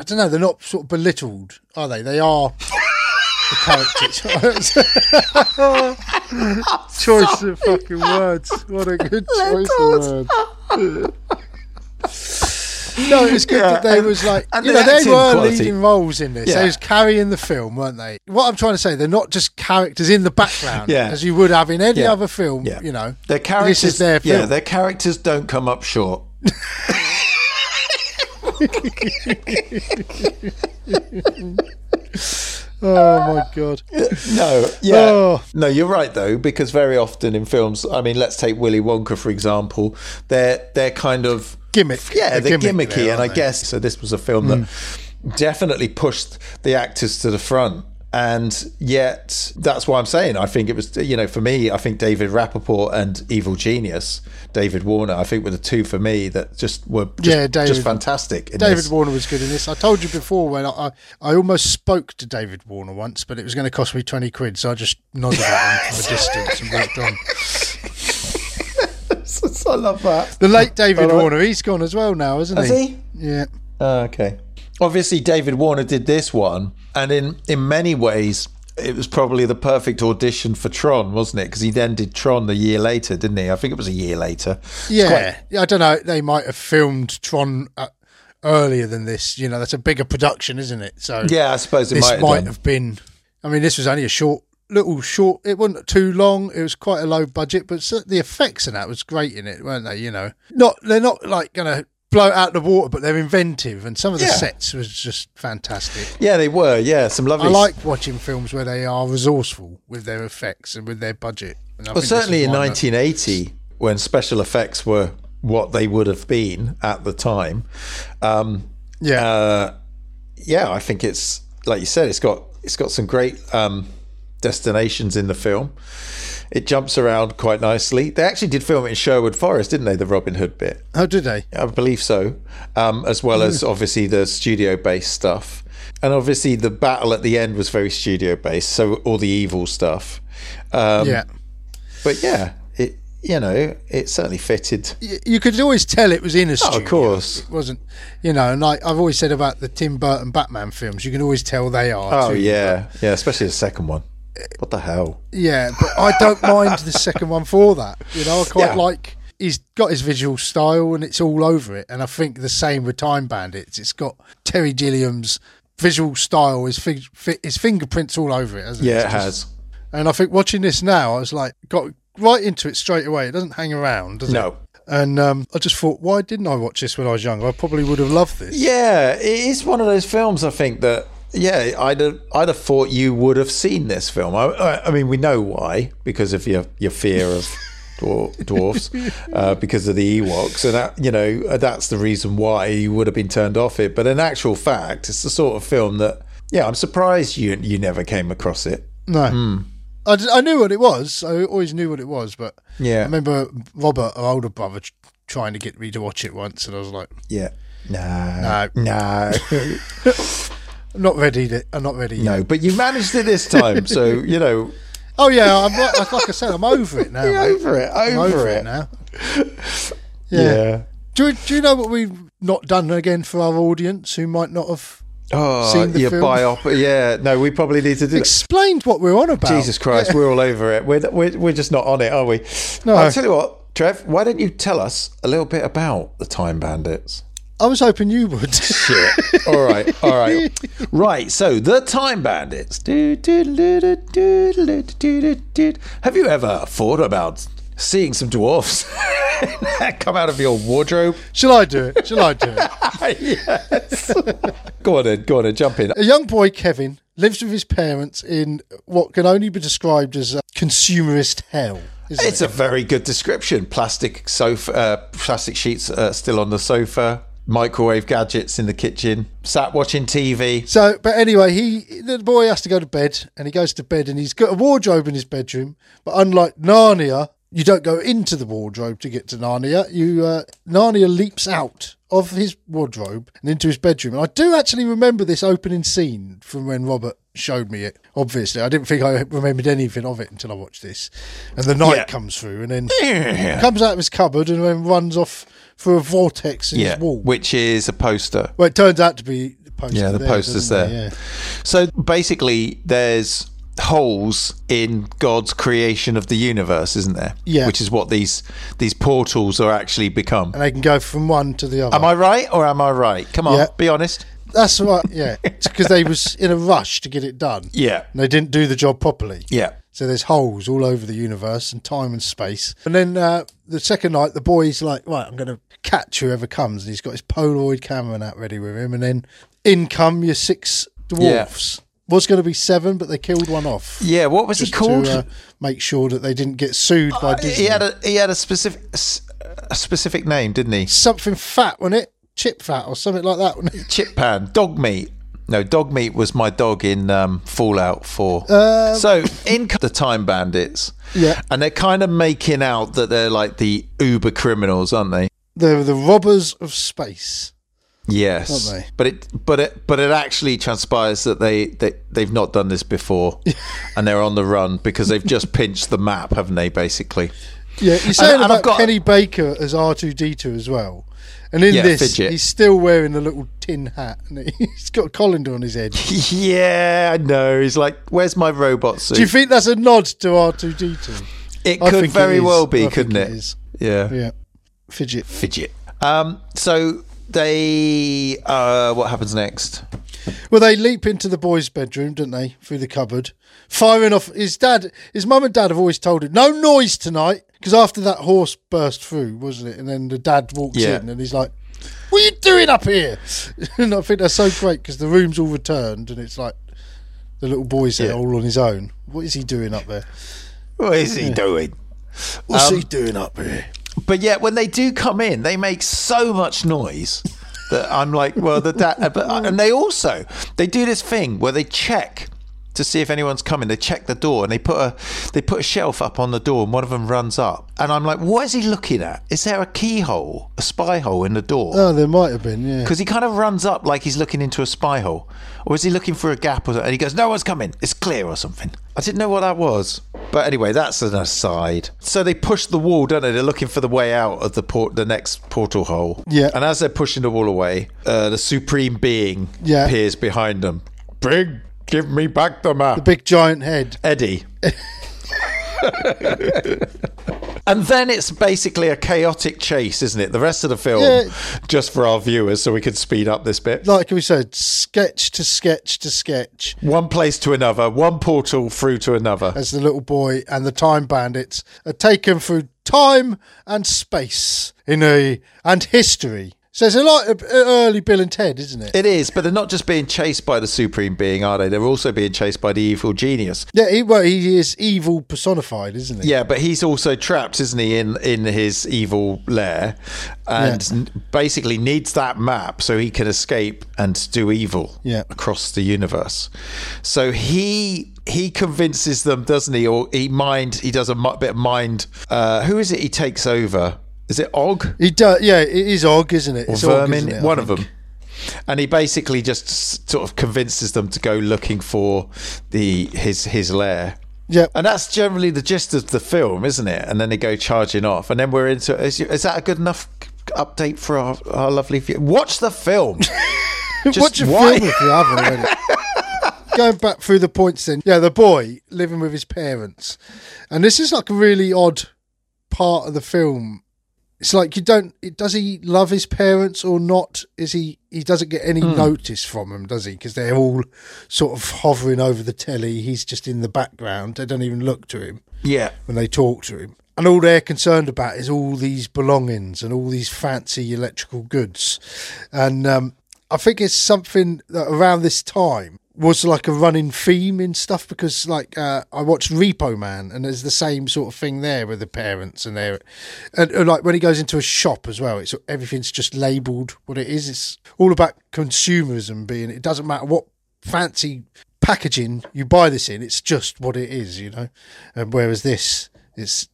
I don't know, they're not sort of belittled, are they? They are the (laughs) characters. choice of fucking words. What a good choice of words. No, it's good that they was like and you the know they acting were quality. leading roles in this. Yeah. They was carrying the film, weren't they? What I'm trying to say, they're not just characters in the background, Yeah. as you would have in any Yeah. other film. Yeah. You know, Their characters, This is their film. yeah, their characters don't come up short. oh my god. (laughs) No, yeah. Oh. No, you're right though, because very often in films, I mean, let's take Willy Wonka for example. They're they're kind of Gimmick. Yeah, They're they're, gimmicky gimmicky, there, and aren't I they? Hmm. guess so. This was a film that definitely pushed the actors to the front. And yet, that's why I'm saying I think it was, you know, for me, I think David Rappaport and Evil Genius, David Warner, I think were the two for me that just were just, Yeah, David- just fantastic. in David this. (laughs) Warner was good in this. I told you before when I, I, I almost spoke to David Warner once, but it was going to cost me 20 quid, so I just nodded at him (laughs) from a distance and walked on. I love that. The late David All right. Warner, he's gone as well now, isn't Has he? Yeah. Oh, okay. Obviously, David Warner did this one, and in in many ways, it was probably the perfect audition for Tron, wasn't it? Because he then did Tron the year later, didn't he? I think it was a year later. It's Yeah. quite- Yeah, I don't know. They might have filmed Tron uh, earlier than this. You know, that's a bigger production, isn't it? So yeah, I suppose it this might, have, done. been. I mean, this was only a short, little short. It wasn't too long. It was quite a low budget, but cer- the effects and that was great in it, weren't they? You know, not they're not like gonna blow it out the water, but they're inventive, and some of the Yeah. sets was just fantastic. Yeah, they were. Yeah, some lovely. I like watching films where they are resourceful with their effects and with their budget. And I think Well, this certainly is in one that- 1980, when special effects were what they would have been at the time, um, yeah, uh, yeah, I think it's like you said, it's got it's got some great um, destinations in the film. It jumps around quite nicely. They actually did film it in Sherwood Forest, didn't they? The Robin Hood bit, how Oh, did they? I believe so, um, as well Hmm. as obviously the studio based stuff. And obviously, the battle at the end was very studio based, so all the evil stuff. Um, Yeah, But yeah, it you know, it certainly fitted. y- you could always tell it was in a studio. Oh, course. it wasn't. You know, and I, I've always said about the Tim Burton Batman films, you can always tell they are. Oh too. yeah, yeah, especially the second one. What the hell? yeah. But I don't mind the second one for that. You know, I quite Yeah. like. He's got his visual style, and it's all over it. And I think the same with Time Bandits. It's got Terry Gilliam's visual style, his fig, fi, his fingerprints all over it. Hasn't Yeah, It's it just- has. And I think watching this now, I was like, got right into it straight away. It doesn't hang around, does it? No. And um, I just thought, why didn't I watch this when I was younger? I probably would have loved this. Yeah, it is one of those films. I think that yeah, I'd have, I'd have thought you would have seen this film. I, I, I mean, we know why because of your your fear of dwar- dwarfs, uh, because of the Ewoks, and that you know uh, that's the reason why you would have been turned off it. But in actual fact, it's the sort of film that yeah, I'm surprised you you never came across it. No. Hmm. I, d- I knew what it was. I always knew what it was, but I Yeah. remember Robert, our older brother, tr- trying to get me to watch it once, and I was like, Yeah. No. No, no, no, I'm not ready. To, I'm not ready. Yet. But you managed it this time, so you know, Oh yeah, I'm like, like I said, I'm over it (laughs) now. mate. over it, I'm over, over it. it now. Yeah. Do, you- do you know what we've not done again for our audience who might not have Oh, Seen the your film? biop. Yeah. No, we probably need to do. that. explained what we're on about? Jesus Christ, we're all over it. We're, we're we're just not on it, are we? No. I'll tell you what, Trev. Why don't you tell us a little bit about the Time Bandits? I was hoping you would. Shit. all right, all right, right. So the Time Bandits. Do, do, do, do, do, do, do, do, do. Have you ever thought about seeing some dwarfs (laughs) come out of your (laughs) wardrobe? (laughs) Shall I do it? Shall I do it? yes. (laughs) go on in. Go on in. Jump in. A young boy, Kevin, lives with his parents in what can only be described as a consumerist hell. Isn't It's it? a very good description. Plastic sofa, uh, plastic sheets uh, still on the sofa. Microwave gadgets in the kitchen. Sat watching TV. So, but anyway, he the boy has to go to bed, and he goes to bed, and he's got a wardrobe in his bedroom. But unlike Narnia, you don't go into the wardrobe to get to Narnia. You uh, Narnia leaps out of his wardrobe and into his bedroom. And I do actually remember this opening scene from when Robert showed me it. Obviously, I didn't think I remembered anything of it until I watched this. And the night Yeah. comes through, and then Yeah, comes out of his cupboard and then runs off through a vortex in his wall. which is a poster. well, it turns out to be the poster. Yeah, the there, poster's doesn't it? there. Yeah. So basically, there's holes in God's creation of the universe, isn't there? Yeah. Which is what these these portals are actually become. and they can go from one to the other. Am I right or am I right? Come on, Yeah. be honest. That's right. Yeah, because they was in a rush to get it done. Yeah. and they didn't do the job properly. Yeah. So there's holes all over the universe and time and space. And then uh, the second night, the boy's like, right, I'm going to catch whoever comes. And he's got his Polaroid camera and that ready with him. And then in come your six dwarfs. Was going to be seven, but they killed one off. Yeah. What was he called? To uh, make sure that they didn't get sued by he Disney. had a he had a specific a specific name, didn't he? something fat, wasn't it? Chip fat or something like that. wasn't it? chip pan, dog meat. No, dog meat was my dog in um, Fallout 4. Uh, so in co- the Time Bandits. Yeah. And they're kind of making out that they're like the uber criminals, aren't they? They're the robbers of space. Yes. Aren't they? But it but it but it actually transpires that they, they they've not done (laughs) this before and they're on the run because they've just pinched the map, haven't they, basically? (laughs) Yeah, you're saying and I've about got- Kenny Baker as R two D two as well, and in Yeah, this Fidget. he's still wearing a little tin hat and (laughs) he's got a colander on his head. yeah, I know. He's like, Where's my robot suit? Do you think that's a nod to R two D two? it I could think it very is. well I be, think couldn't it it? is. Yeah. Yeah, Fidget. fidget. Um, so they, uh, what happens next? Well, they leap into the boys' bedroom, don't they? Through the cupboard, firing off. His dad, his mum and dad have always told him no noise tonight because after that horse burst through, wasn't it? And then the dad walks Yeah. in and he's like. What are you doing up here? (laughs) And I think that's so great because the room's all returned and it's like the little boy's there Yeah. all on his own. What is he doing up there? What is he doing? Um, What's he doing up here? But yet, when they do come in, they make so much noise that I'm like, well, the dad. But, uh, and they also they do this thing where they check to see if anyone's coming. They check the door and they put a they put a shelf up on the door, and one of them runs up, and I'm like, what is he looking at? Is there a keyhole, a spy hole in the door? Oh, there might have been, yeah. because he kind of runs up like he's looking into a spy hole, or is he looking for a gap or something? And he goes, "No one's coming. It's clear or something." I didn't know what that was. But anyway, that's an aside. So they push the wall, don't they? They're looking for the way out of the port, the next portal hole. Yeah. And as they're pushing the wall away, uh, the supreme being Yeah. appears behind them. Bring, give me back the map, Big giant head. Eddie. and then it's basically a chaotic chase, isn't it? The rest of the film, Yeah. just for our viewers, so we can speed up this bit. Like we said, sketch to sketch to sketch One place to another, one portal through to another. as the little boy and the time bandits are taken through time and space in a and history. So it's a lot of uh, early Bill and Ted, isn't it? It is, but they're not just being chased by the supreme being, are they? They're also being chased by the evil genius. Yeah, he, well, he is evil personified, isn't he? Yeah, but he's also trapped, isn't he, in in his evil lair, and n- basically needs that map so he can escape and do evil Yeah. across the universe. So he he convinces them, doesn't he? Or he mind he does a mi- bit of mind. Uh, who is it? He takes over. Is it Og? He does. Yeah, it is Og, isn't it? It's Og, vermin, isn't it, I one of think? them. And he basically just s- sort of convinces them to go looking for the his his lair. Yeah, And that's generally the gist of the film, isn't it? And then they go charging off, and then we're into. Is, is that a good enough update for our, our lovely? View? Watch the film. Just Watch a why- film if you haven't already. (laughs) Going back through the points then. Yeah, the boy living with his parents. And this is like a really odd part of the film. It's like you don't it- does he love his parents or not? Is he he doesn't get any Hmm. notice from them, does he? Because they're all sort of hovering over the telly. He's just in the background. They don't even look to him Yeah, when they talk to him. And all they're concerned about is all these belongings and all these fancy electrical goods. And um, I think it's something that around this time was like a running theme in stuff because, like, uh, I watched Repo Man and there's the same sort of thing there with the parents and their. And, and like when he goes into a shop as well, it's everything's just labeled what it is. It's all about consumerism being, it doesn't matter what fancy packaging you buy this in it's just what it is you know and whereas this it's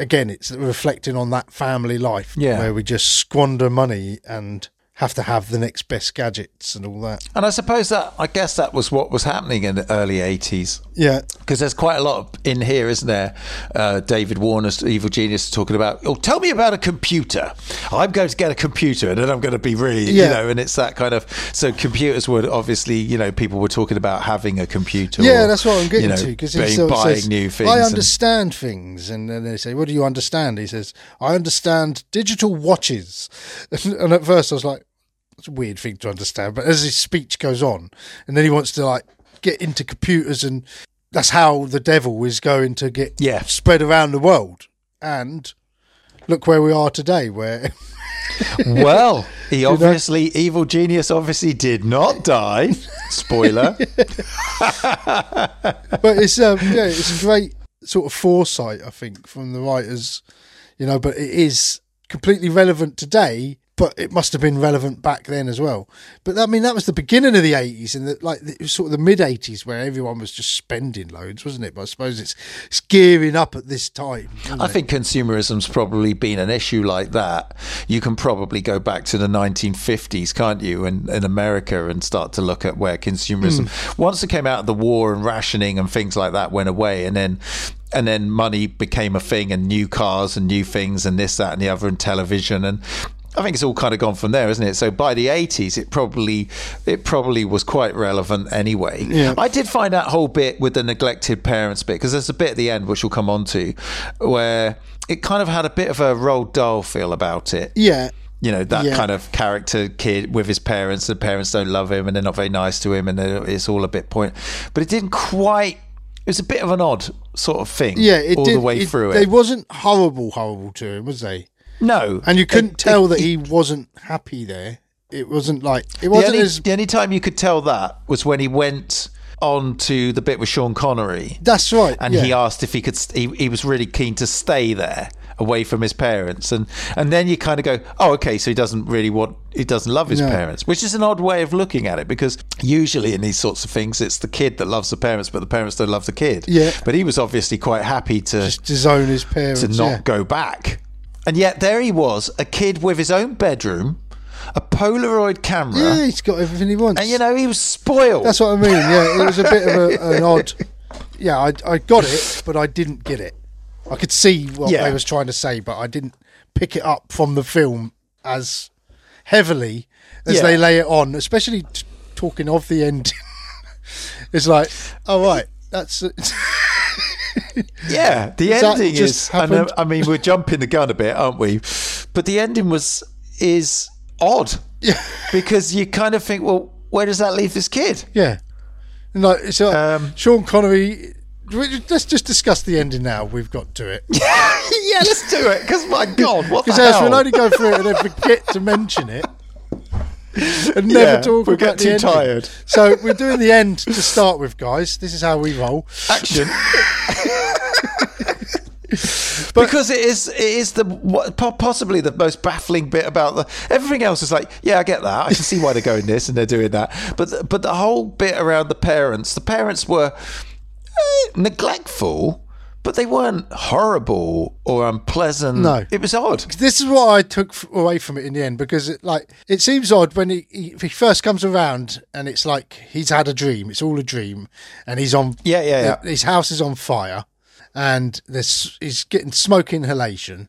again it's reflecting on that family life Yeah. where we just squander money and have to have the next best gadgets and all that and I suppose that I guess that was what was happening in the early eighties. yeah Because there's quite a lot of- in here, isn't there? Uh, David Warner's Evil Genius is talking about, oh, tell me about a computer. I'm going to get a computer and then I'm going to be really, you Yeah. know, and it's that kind of. So computers would obviously, you know, people were talking about having a computer. yeah or, that's what i'm getting you know, to because being- he's sort of buying says, new things. i and- understand things and then they say what do you understand he says i understand digital watches (laughs) and at first i was like it's a weird thing to understand but as his speech goes on and then he wants to like get into computers and that's how the devil is going to get Yeah. spread around the world and look where we are today where well, he obviously, Evil Genius obviously did not die. Spoiler. but it's um, yeah, it's a great sort of foresight, I think, from the writers, you know. But it is completely relevant today, but it must have been relevant back then as well. But I mean, that was the beginning of the eighties, and the, like the, it was sort of the mid eighties where everyone was just spending loads, wasn't it? But I suppose it's, it's gearing up at this time. isn't I it? think consumerism's probably been an issue like that. You can probably go back to the 1950s, can't you, in, in America and start to look at where consumerism, once it came out of the war and rationing and things like that went away, and then. And then money became a thing, and new cars and new things, and this, that, and the other, and television, and I think it's all kind of gone from there, isn't it? So by the eighties, it probably it probably was quite relevant anyway. Yeah. I did find that whole bit with the neglected parents bit because there's a bit at the end which we'll come on to where it kind of had a bit of a Roald Dahl feel about it. yeah. You know that Yeah. kind of character kid with his parents. The parents don't love him and they're not very nice to him, and they're- it's all a bit point. But it didn't quite. It was a bit of an odd sort of thing. Yeah, it all did, the way through it. They wasn't horrible, horrible to him, was they? no, And you couldn't tell that he. he wasn't happy there. It wasn't like it the wasn't only, as the only time you could tell that was when he went on to the bit with Sean Connery that's right. and yeah. he asked if he could st- he, he was really keen to stay there away from his parents and and then you kind of go oh okay so he doesn't really want he doesn't love his No. parents which is an odd way of looking at it because usually in these sorts of things it's the kid that loves the parents but the parents don't love the kid Yeah. but he was obviously quite happy to just disown his parents. to not yeah. go back. And yet there he was, a kid with his own bedroom, a Polaroid camera. Yeah, he's got everything he wants. And you know, he was spoiled. (laughs) that's what I mean. Yeah, it was a bit of a, an odd yeah, I, I got it, but I didn't get it. I could see what Yeah. they was trying to say, but I didn't pick it up from the film as heavily as Yeah. they lay it on, especially t- talking of the end. (laughs) it's like, Oh, all right, that's (laughs) Yeah, the that ending just is. I, know, happened? I mean, we're jumping the gun a bit, aren't we? But the ending was is odd yeah, because you kind of think, well, where does that leave (laughs) this kid? (laughs) yeah. And like, it's like Um, Sean Connery. Let's just discuss the ending now. We've got to it. yeah, let's do it. Because my God, what the Because else hell? we'll only go through it and then forget to mention (laughs) it. And never Yeah, talk we'll about get the too ending. tired. So we're doing the end to start with, guys. This is how we roll. (laughs) action. because it is it is the what- po- possibly the most baffling bit about the everything else is like yeah I get that I can see why they're going this and they're doing that but the, but the whole bit around the parents the parents were eh, neglectful but they weren't horrible or unpleasant No. it was odd This is what I took f- away from it in the end because, it, like, it seems odd when he, he, he first comes around and it's like he's had a dream. It's all a dream, and he's on. Yeah, yeah, yeah. His house is on fire, and this he's getting smoke inhalation,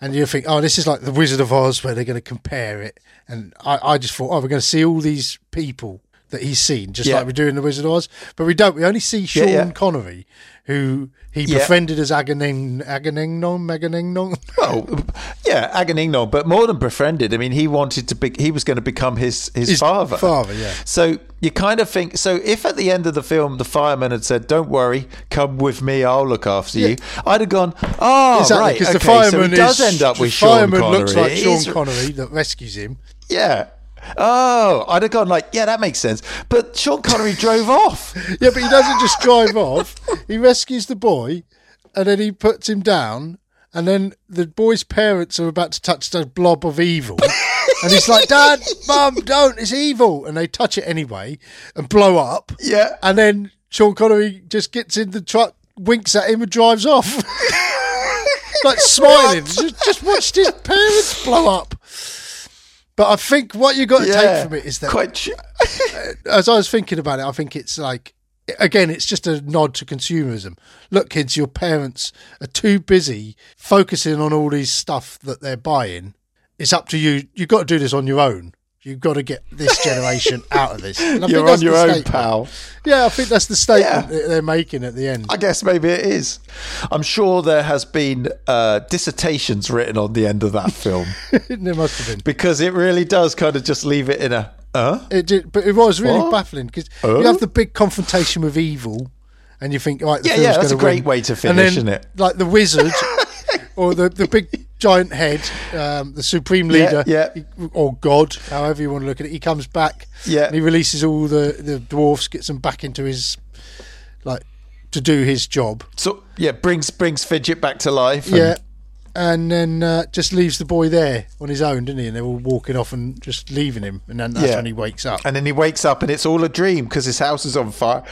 and you think, oh, this is like the Wizard of Oz where they're going to compare it. And I, I just thought, oh, we're going to see all these people that he's seen, just Yeah. like we do in the Wizard of Oz, but we don't. We only see Sean yeah. Connery, who he Yeah. befriended as Agamemnon, Agamemnon, Agamemnon. oh yeah Agamemnon but more than befriended I mean he wanted to be he was going to become his his, father Oh, Father, yeah. So you kind of think so if at the end of the film the fireman had said, "Don't worry, come with me, I'll look after you," I'd have gone, "Oh, Exactly, right, because okay." the fireman so he does is, end up with the Sean fireman Connery. looks like It Sean is- Connery that rescues him. yeah. Oh, I'd have gone like, "Yeah, that makes sense." But Sean Connery (laughs) drove off. Yeah, but he doesn't just (laughs) drive off. He rescues the boy, and then he puts him down. And then the boy's parents are about to touch the blob of (laughs) evil, and he's like, "Dad, Mum, don't! It's evil!" And they touch it anyway and blow up. Yeah. And then Sean Connery just gets in the truck, winks at him, and drives (laughs) off, like smiling. just, just watched his parents blow up. But I think what you got to Yeah. take from it is that quite. ch- as I was thinking about it, I think it's like again, it's just a nod to consumerism. Look, kids, your parents are too busy focusing on all these stuff that they're buying. It's up to you. You've got to do this on your own. You've got to get this (laughs) generation out of this. And I You're on that's your the own, statement. pal. Yeah, I think that's the statement Yeah. that they're making at the (laughs) end. I guess maybe it is. I'm sure there has been uh, dissertations written on the end of that (laughs) film there must have been. because it really does kind of just leave it in a. Uh? It did, but it was really What? Oh? baffling because you have the big confrontation with evil, and you think, right, the Yeah, film's yeah, that's gonna a great win. way to and then, finish, isn't it? Like the (laughs) wizard, or the the big giant head, um, the supreme Yeah, leader, yeah. he- or god, however you want to look at it. He comes back, Yeah. and he releases all the the dwarfs, gets them back into his like to do his job, So yeah, brings brings Fidget back to life. and- yeah. And then uh, just leaves the boy there on his own, didn't he? And they're all walking off and just leaving him. And then that's Yeah. when he wakes up. And then he wakes up and it's all a dream because his house is on fire.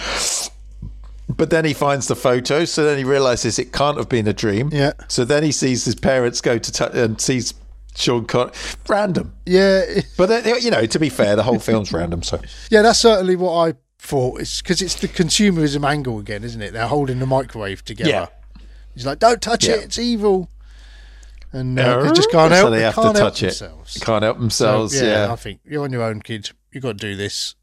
But then he finds the photo, so then he realizes it can't have been a dream. Yeah. So then he sees his parents go to touch and sees Sean Connery. Random. Yeah. But then, you know, to be fair, the whole film's random. So Yeah, that's certainly what I thought. It's because it's the consumerism angle again, isn't it? They're holding the microwave together. Yeah. He's like, "Don't touch Yeah. it; it's evil," and uh, they just can't Oh. so help. They have can't to help touch themselves. it. Can't help themselves. So, yeah. I think you're on your own, kid. You got to do this.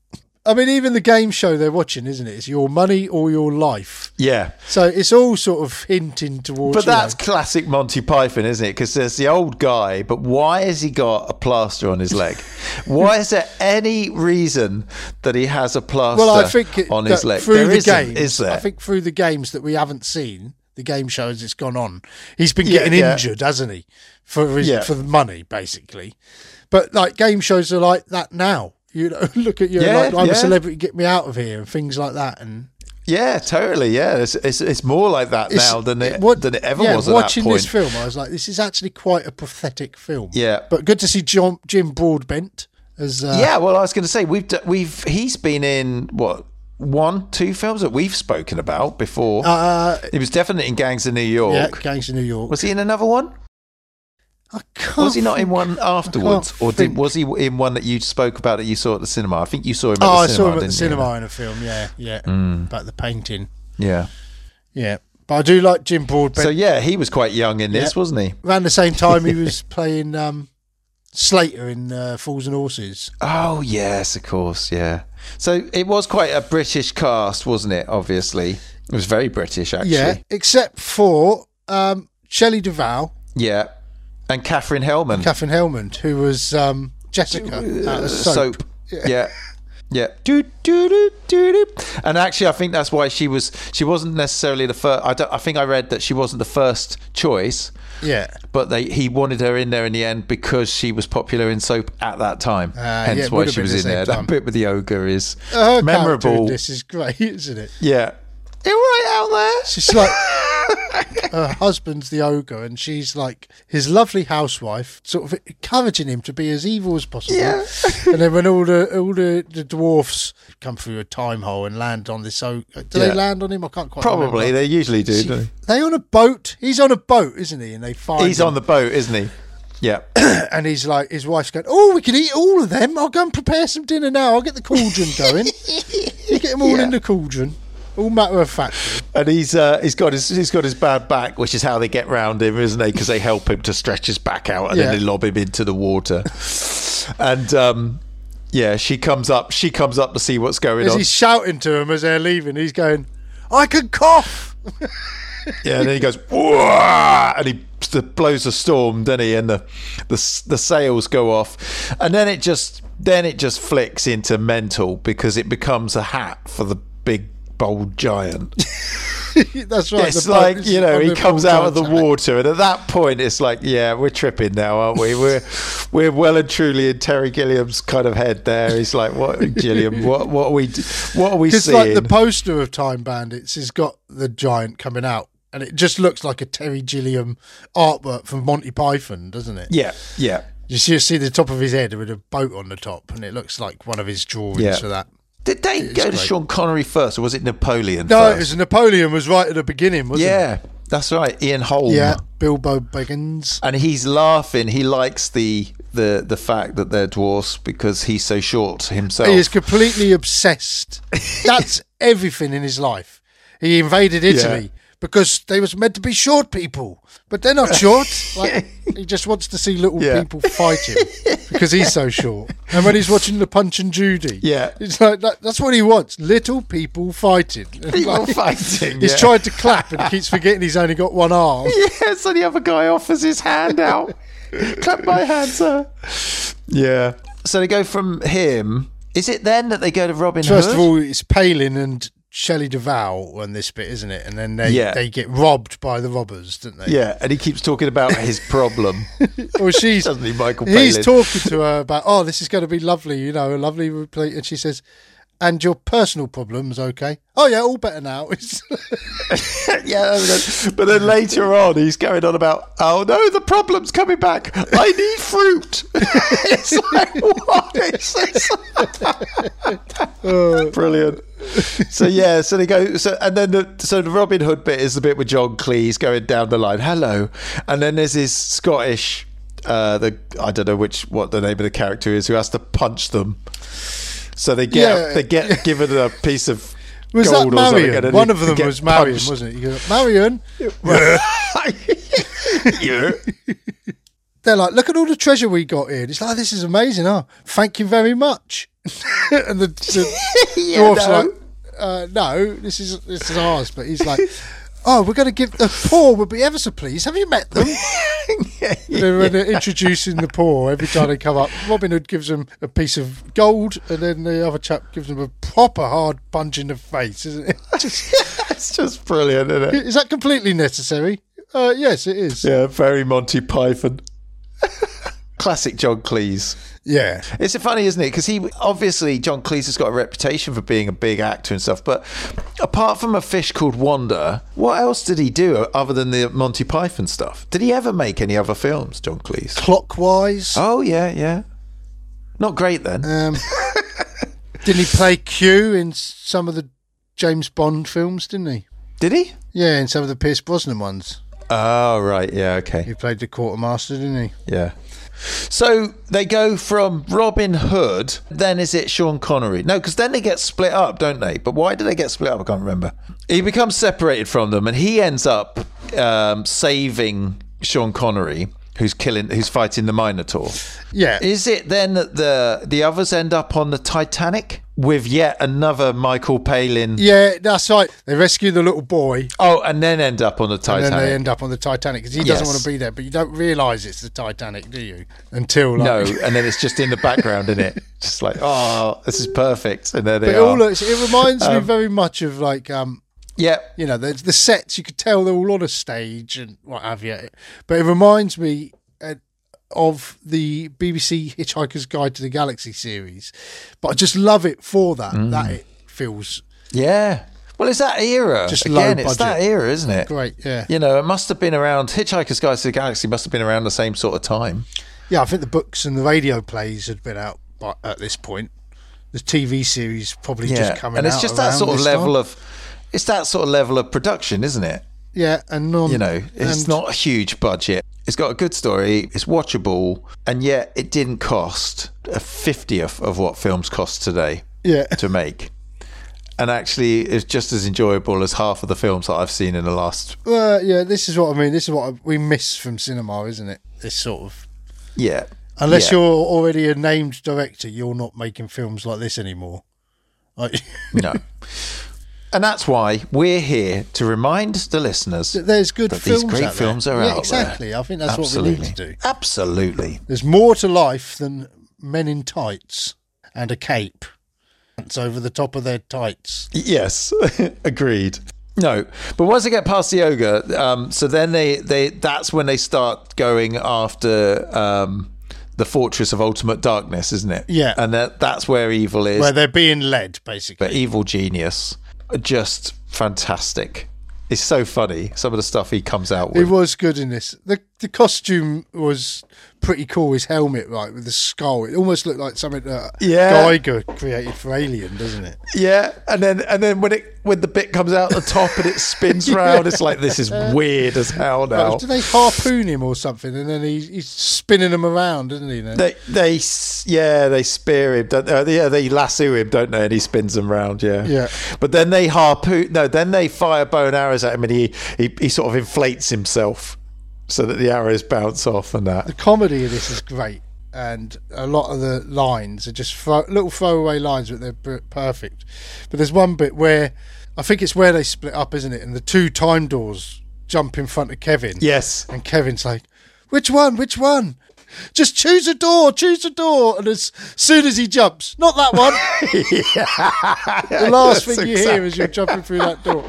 I mean, even the game show they're watching, isn't it? It's your money or your life. Yeah. So it's all sort of hinting towards. But you know- that's classic Monty Python, isn't it? Because there's the old guy, but why has he got a plaster on (laughs) his leg? why is there any reason that he has a plaster well, I think it, on his that leg? through There the isn't, games. is there? I think through the games that we haven't seen, the game shows it's gone on. He's been Yeah, getting yeah. injured, hasn't he? For his, Yeah. for the money, basically. But like game shows are like that now. You know, (laughs) look at you. Yeah, like, I'm yeah. a celebrity. Get me out of here, and things like that. And yeah, totally. Yeah, it's, it's, it's more like that it's- now than it, what- than it ever yeah, was at that Watching point. this film, I was like, this is actually quite a pathetic film. Yeah. but good to see John, Jim Broadbent as uh, yeah, well, I was going to say we've d- we've he's been in what one two films that we've spoken about before. uh, he was definitely in Gangs of New yeah, York. Gangs of New York. was he in another one? I can't Was he not in one afterwards, or did, think. was he in one that you spoke about that you saw at the cinema? I think you saw him. At Oh, the I cinema, saw him at the didn't you? cinema in a film. Yeah, yeah, about the painting. Yeah, Yeah, but I do like Jim Broadbent. So yeah, he was quite young in this, Yeah. wasn't he? Around the same time, (laughs) he was playing um, Slater in uh, Fools and Horses. Oh yes, of course, yeah. So it was quite a British cast, wasn't it? Obviously, it was very British, actually. Yeah, except for um, Shelley Duvall, Yeah. And Catherine Hellman. Catherine Helmond, who was um, Jessica uh, out of soap. soap. Yeah. Yeah. Do, do, do, do, do. And actually, I think that's why she was. She wasn't necessarily the first. I, don't- I think I read that she wasn't the first choice, Yeah, but they he wanted her in there in the end because she was popular in soap at that time. Ah, yeah, Hence it why would have she been was the in same there. time. Oh, That bit with the ogre is her character in memorable. this is great, (laughs) isn't it? Yeah. You're right out there. (laughs) She's like her husband's the ogre, and she's like his lovely housewife, sort of encouraging him to be as evil as possible. Yeah. and then when all the all the, the dwarfs come through a time hole and land on this ogre, do Yeah. they land on him? I can't quite Probably remember. they usually do. don't They on a boat. He's on a boat, isn't he? And they they? find He's him, on the boat, isn't he? Yeah. (coughs) and he's like, his wife's going, "Oh, we can eat all of them. I'll go and prepare some dinner now. I'll get the (laughs) cauldron going. you get them all Yeah. in the cauldron. All matter of fact. and he's uh, he's got his he's got his bad back, which is how they get round him, isn't they? Because they help him to stretch his back out, and Yeah. then they lob him into (laughs) the water. and um, yeah, she comes up. She comes up to see what's going As on. he's shouting to them as they're leaving, he's going, "I can cough." Yeah, and then he goes, "Wah!" and he st- blows a storm, doesn't he? And the, the s- the sails go off, and then it just then it just flicks into mental because it becomes a hat for the big (laughs) bold giant. That's right. it's the boat like is you know on he the comes out of the Titanic. water and at that point it's like yeah we're tripping now aren't we we're (laughs) we're well and truly in terry gilliam's kind of head there he's like what gilliam what what are we d- what are we It's seeing like the poster of Time Bandits has got the giant coming out, and it just looks like a Terry Gilliam artwork from Monty Python, doesn't it? yeah yeah You see, you see the top of his head with a boat on the top, and it looks like one of his drawings Yeah. for that. did they go to great. sean connery first or was it napoleon No, first? it was Napoleon was right at the beginning, wasn't it? yeah that's right ian holm Yeah, Bilbo Baggins. and he's laughing he likes the the the fact that they're dwarfs because he's so short himself (laughs) He is completely obsessed. That's everything in his life. He invaded Italy because they was meant to be short people, but they're not (laughs) short. Like he just wants to see little Yeah. people fight him because he's so short. And when he's watching the Punch and Judy, Yeah. it's like that, that's what he wants: little people fighting. People Like, fighting. He's yeah. tried to clap and he keeps forgetting he's only got one arm. (laughs) Yeah, so the other guy offers his hand out. Clap my hand, sir. Yeah. So they go from him. Is it then that they go to Robin First Hood? of all, it's Palin and Shelley Duvall on this bit, isn't it? And then they, Yeah. they get robbed by the robbers, don't they? yeah, and he keeps talking about his problem, (laughs) Or she's doesn't he, Michael he's Palin? talking to her about, oh, this is going to be lovely, you know, a lovely replay. And she says, and your personal problems, okay? Oh, yeah, all better now. (laughs) It's- (laughs) yeah, there we go. but then later on, he's going on about, oh no, the problem's coming back. I need fruit. (laughs) it's like, what is Oh. this? Brilliant. So yeah, so they go. So and then the so the Robin Hood bit is the bit with John Cleese going down the line. Hello, and then there's this Scottish. Uh, the I don't know which what the name of the character is who has to punch them. So they get Yeah. they get given a piece of was that gold or something, and Marion? then One they of them get was Marion, punched. wasn't it? You go, Marion. (laughs) yeah. They're like, look at all the treasure we got here. And it's like, this is amazing. Oh, thank you very much. (laughs) and the, the dwarf's no. like, uh, no, this is this is ours. But he's like, oh, we're going to give the poor would be ever so pleased. Have you met them? And then when they're introducing the poor, every time they come up, Robin Hood gives them a piece of gold, and then the other chap gives them a proper hard punch in the face. Isn't it? (laughs) It's just (laughs) brilliant, isn't it? Is that completely necessary? Uh, yes, it is. Yeah, very Monty Python. Classic John Cleese. Yeah. It's funny, isn't it? Because he obviously John Cleese has got a reputation for being a big actor and stuff. But apart from a fish called Wanda, what else did he do other than the Monty Python stuff? Did he ever make any other films, John Cleese? Clockwise. Oh yeah, yeah. Not great then. Um, didn't he play Q in some of the James Bond films? Didn't he? did he? Yeah, in some of the Pierce Brosnan ones, Oh right, yeah, okay, he played the quartermaster, didn't he? yeah. So they go from Robin Hood, then is it Sean Connery? No, because then they get split up, don't they? But why do they get split up? I can't remember. He becomes separated from them, and he ends up um, saving Sean Connery, who's killing, who's fighting the Minotaur. Yeah. Is it then that the the others end up on the Titanic with yet another Michael Palin? yeah, that's right. They rescue the little boy, Oh, and then end up on the and Titanic. then they end up on the Titanic because he doesn't Yes. want to be there. But you don't realise it's the Titanic, do you? Until like, (laughs) no, and then it's just in the background, is it? Just like, oh, this is perfect, and there they It are. Um, all looks. It reminds me very much of like um, yeah, you know, the, the sets you could tell they're all on a stage and what have you. But it reminds me uh, of the BBC Hitchhiker's Guide to the Galaxy series. But I just love it for that. Mm. That it feels Yeah. Well, it's that era. Just low Again, it's that budget. era, isn't it? great. Yeah, You know, it must have been around. Hitchhiker's Guide to the Galaxy must have been around the same sort of time. yeah. I think the books and the radio plays had been out by, at this point. The TV series probably Yeah, just coming out. and it's just that around sort of this level time. of, it's that sort of level of production, isn't it? yeah, and non, You know, it's and- not a huge budget. It's got a good story. It's watchable, and yet it didn't cost a fiftieth of what films cost today yeah. to make. And actually, it's just as enjoyable as half of the films that I've seen in the last Uh, yeah, this is what I mean. This is what we miss from cinema, isn't it? This sort of yeah. Unless yeah. you're already a named director, you're not making films like this anymore. Like, (laughs) No. And that's why we're here to remind the listeners there's good that films. these great out there. films are yeah, out there. exactly. I think that's Absolutely. what we need to do. Absolutely. There's more to life than men in tights and a cape. It's over the top of their tights. Yes, (laughs) agreed. No, but once they get past the ogre, um, so then they, they that's when they start going after um, the fortress of ultimate darkness, isn't it? Yeah. and that that's where evil is. Where they're being led, basically. but evil genius, just fantastic. It's so funny. Some of the stuff he comes out It with. was good in this. The the costume was pretty cool. His helmet, right, with the skull. It almost looked like something that Yeah. Geiger created for Alien, doesn't it? Yeah, and then and then when it when the bit comes out the top and it (laughs) spins round, it's like this is weird as hell now. Do they harpoon him or something? And then he's, he's spinning them around, isn't he? Then? They they s- yeah they spear him don't uh, yeah they lasso him don't they and he spins them round yeah Yeah. but then they harpoon no then they fire bow and arrows at him and he he, he sort of inflates himself so that the arrows bounce off and that the comedy of this is great, and a lot of the lines are just throw, little throwaway lines, but they're per- perfect. But there's one bit where I think it's where they split up, isn't it? And the two time doors jump in front of Kevin. yes And Kevin's like, which one? Which one? Just choose a door, choose a door. And as soon as he jumps, not that one. the last (laughs) Yes, thing you hear is you're jumping through that door.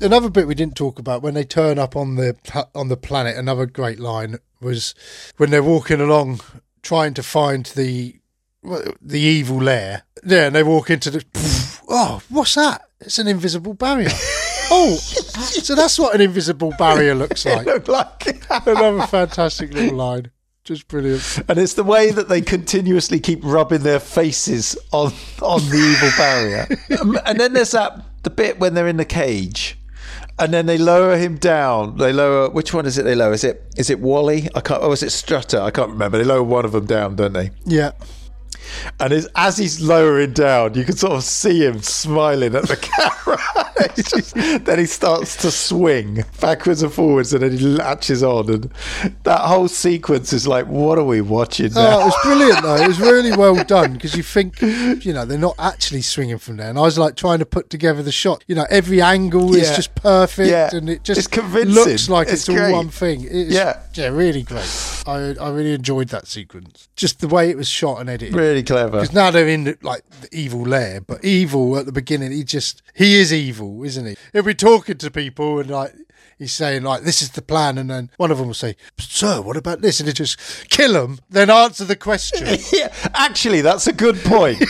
Another bit we didn't talk about when they turn up on the pla- on the planet. Another great line was when they're walking along trying to find the well, the evil lair. Yeah, and they walk into the. (laughs) Oh, what's that? It's an invisible barrier. oh, so that's what an invisible barrier looks like. Look (laughs) like Another fantastic little line. Just brilliant. and it's the way that they continuously keep rubbing their faces on on the evil barrier. Um, and then there's that the bit when they're in the cage, and then they lower him down. They lower which one is it? They lower is it is it Wally? I can't. Oh, is it Strutter? I can't remember. They lower one of them down, don't they? Yeah. And it's, as he's lowering down, you can sort of see him smiling at the (laughs) camera. It's just- then he starts to swing backwards and forwards, and then he latches on. And that whole sequence is like, what are we watching now? Oh, it was brilliant though. It was really well done because you think, you know, they're not actually swinging from there. And I was like trying to put together the shot. You know, every angle is Yeah. just perfect, Yeah. and it just It's convincing. looks like it's, It's great. all one thing. It's, Yeah. yeah, really great. I I really enjoyed that sequence. Just the way it was shot and edited. (laughs) Really clever. Because now they're in like the evil lair, but evil at the beginning, he just he is evil, isn't he? He'll be talking to people and like he's saying like this is the plan, and then one of them will say, "Sir, what about this?" and he just kill him, then answer the question. (laughs) Yeah, actually, that's a good (laughs) point.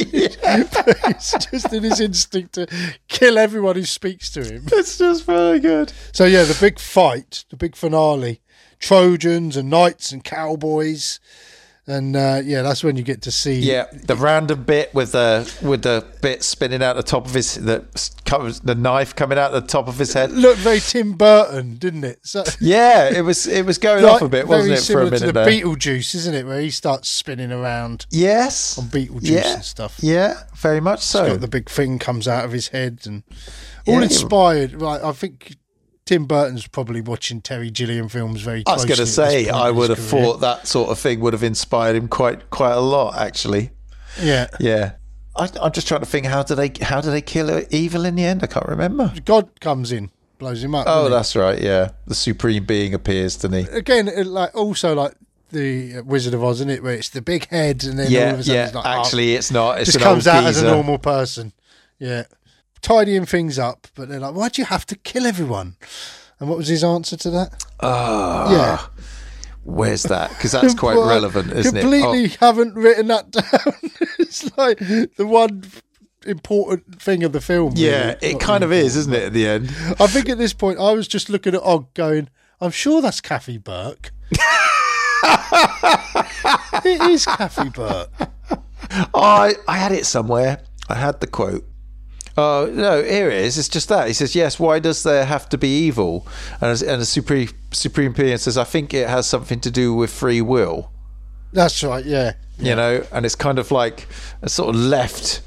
it's just in his instinct to kill everyone who speaks to him. it's just very good. So yeah, the big fight, the big finale, Trojans and knights and cowboys. And uh, yeah, that's when you get to see. Yeah, the random bit with the with the bit spinning out the top of his the covers the knife coming out the top of his head. Looked very Tim Burton, didn't it? So, Yeah, it was it was going off a bit, wasn't very it, for similar a minute to the there? Beetlejuice, isn't it? Where he starts spinning around yes, on Beetlejuice yeah, and stuff. yeah, very much so. Got the big thing comes out of his head and all Yeah. inspired. Right, I think Tim Burton's probably watching Terry Gilliam films very I closely. was going to at this say, point I in would have his career. thought that sort of thing would have inspired him quite quite a lot, actually. Yeah. Yeah, I, I'm just trying to think how do they how do they kill evil in the end? I can't remember. God comes in, blows him up. Oh, doesn't he? that's right. Yeah, the supreme being appears, doesn't he? again, it, like also like the uh, Wizard of Oz, isn't it? Where it's the big head, and then all of Yeah, a sudden, yeah. it's like, oh, Actually, it's not. It's just an comes old out as a geezer. normal person. Yeah, tidying things up, but they're like, why do you have to kill everyone? And what was his answer to that? Ah, Yeah, where's that? (laughs) Because that's quite Well, I relevant, isn't completely it? Oh, haven't written that (laughs) down. it's like the one important thing of the film. Oh, yeah, really. it kind of is, isn't it? At the (laughs) end, I think at this point, I was just looking at Og going, I'm sure that's Kathy (laughs) Burke. it is Kathy Burke. I I had it somewhere. I had the quote. Oh no, here it is. It's just that he says, "Yes, why does there have to be evil?" And and the supreme supreme being says, "I think it has something to do with free will." That's right, yeah. you know and it's kind of like a sort of left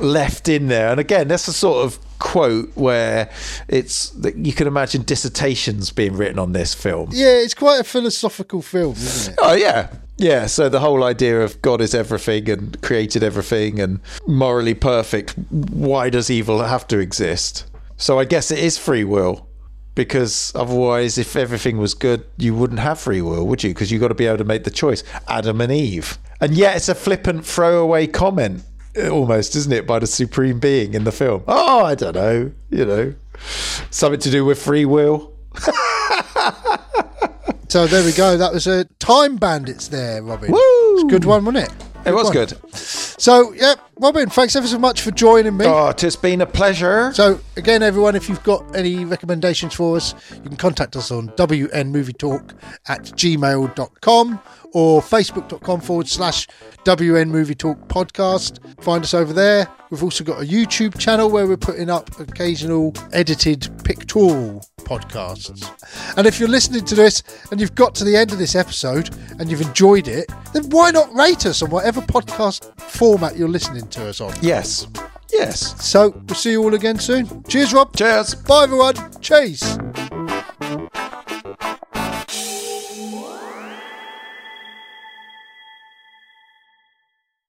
left in there and again that's a sort of quote where it's that you can imagine dissertations being written on this film Yeah, it's quite a philosophical film, isn't it? oh yeah yeah so the whole idea of god is everything and created everything and morally perfect why does evil have to exist so i guess it is free will because otherwise if everything was good you wouldn't have free will would you because you've got to be able to make the choice adam and eve and yet it's a flippant throwaway comment eh, almost isn't it by the supreme being in the film oh i don't know you know something to do with free will So there we go. That was a Time Bandits there, Robin. Woo! It's a good one, wasn't it? it was one. good So, yep, Robin, thanks ever so much for joining me. oh it's been a pleasure So, again, everyone, if you've got any recommendations for us, you can contact us on wnmovietalk at gmail.com or facebook.com forward slash wnmovietalk podcast. Find us over there. We've also got a YouTube channel where we're putting up occasional edited pictorial podcasts. And if you're listening to this and you've got to the end of this episode and you've enjoyed it, then why not rate us on whatever podcast format you're listening to us on? Yes. Yes. So we'll see you all again soon. Cheers, Rob. Cheers. Bye, everyone. Cheers.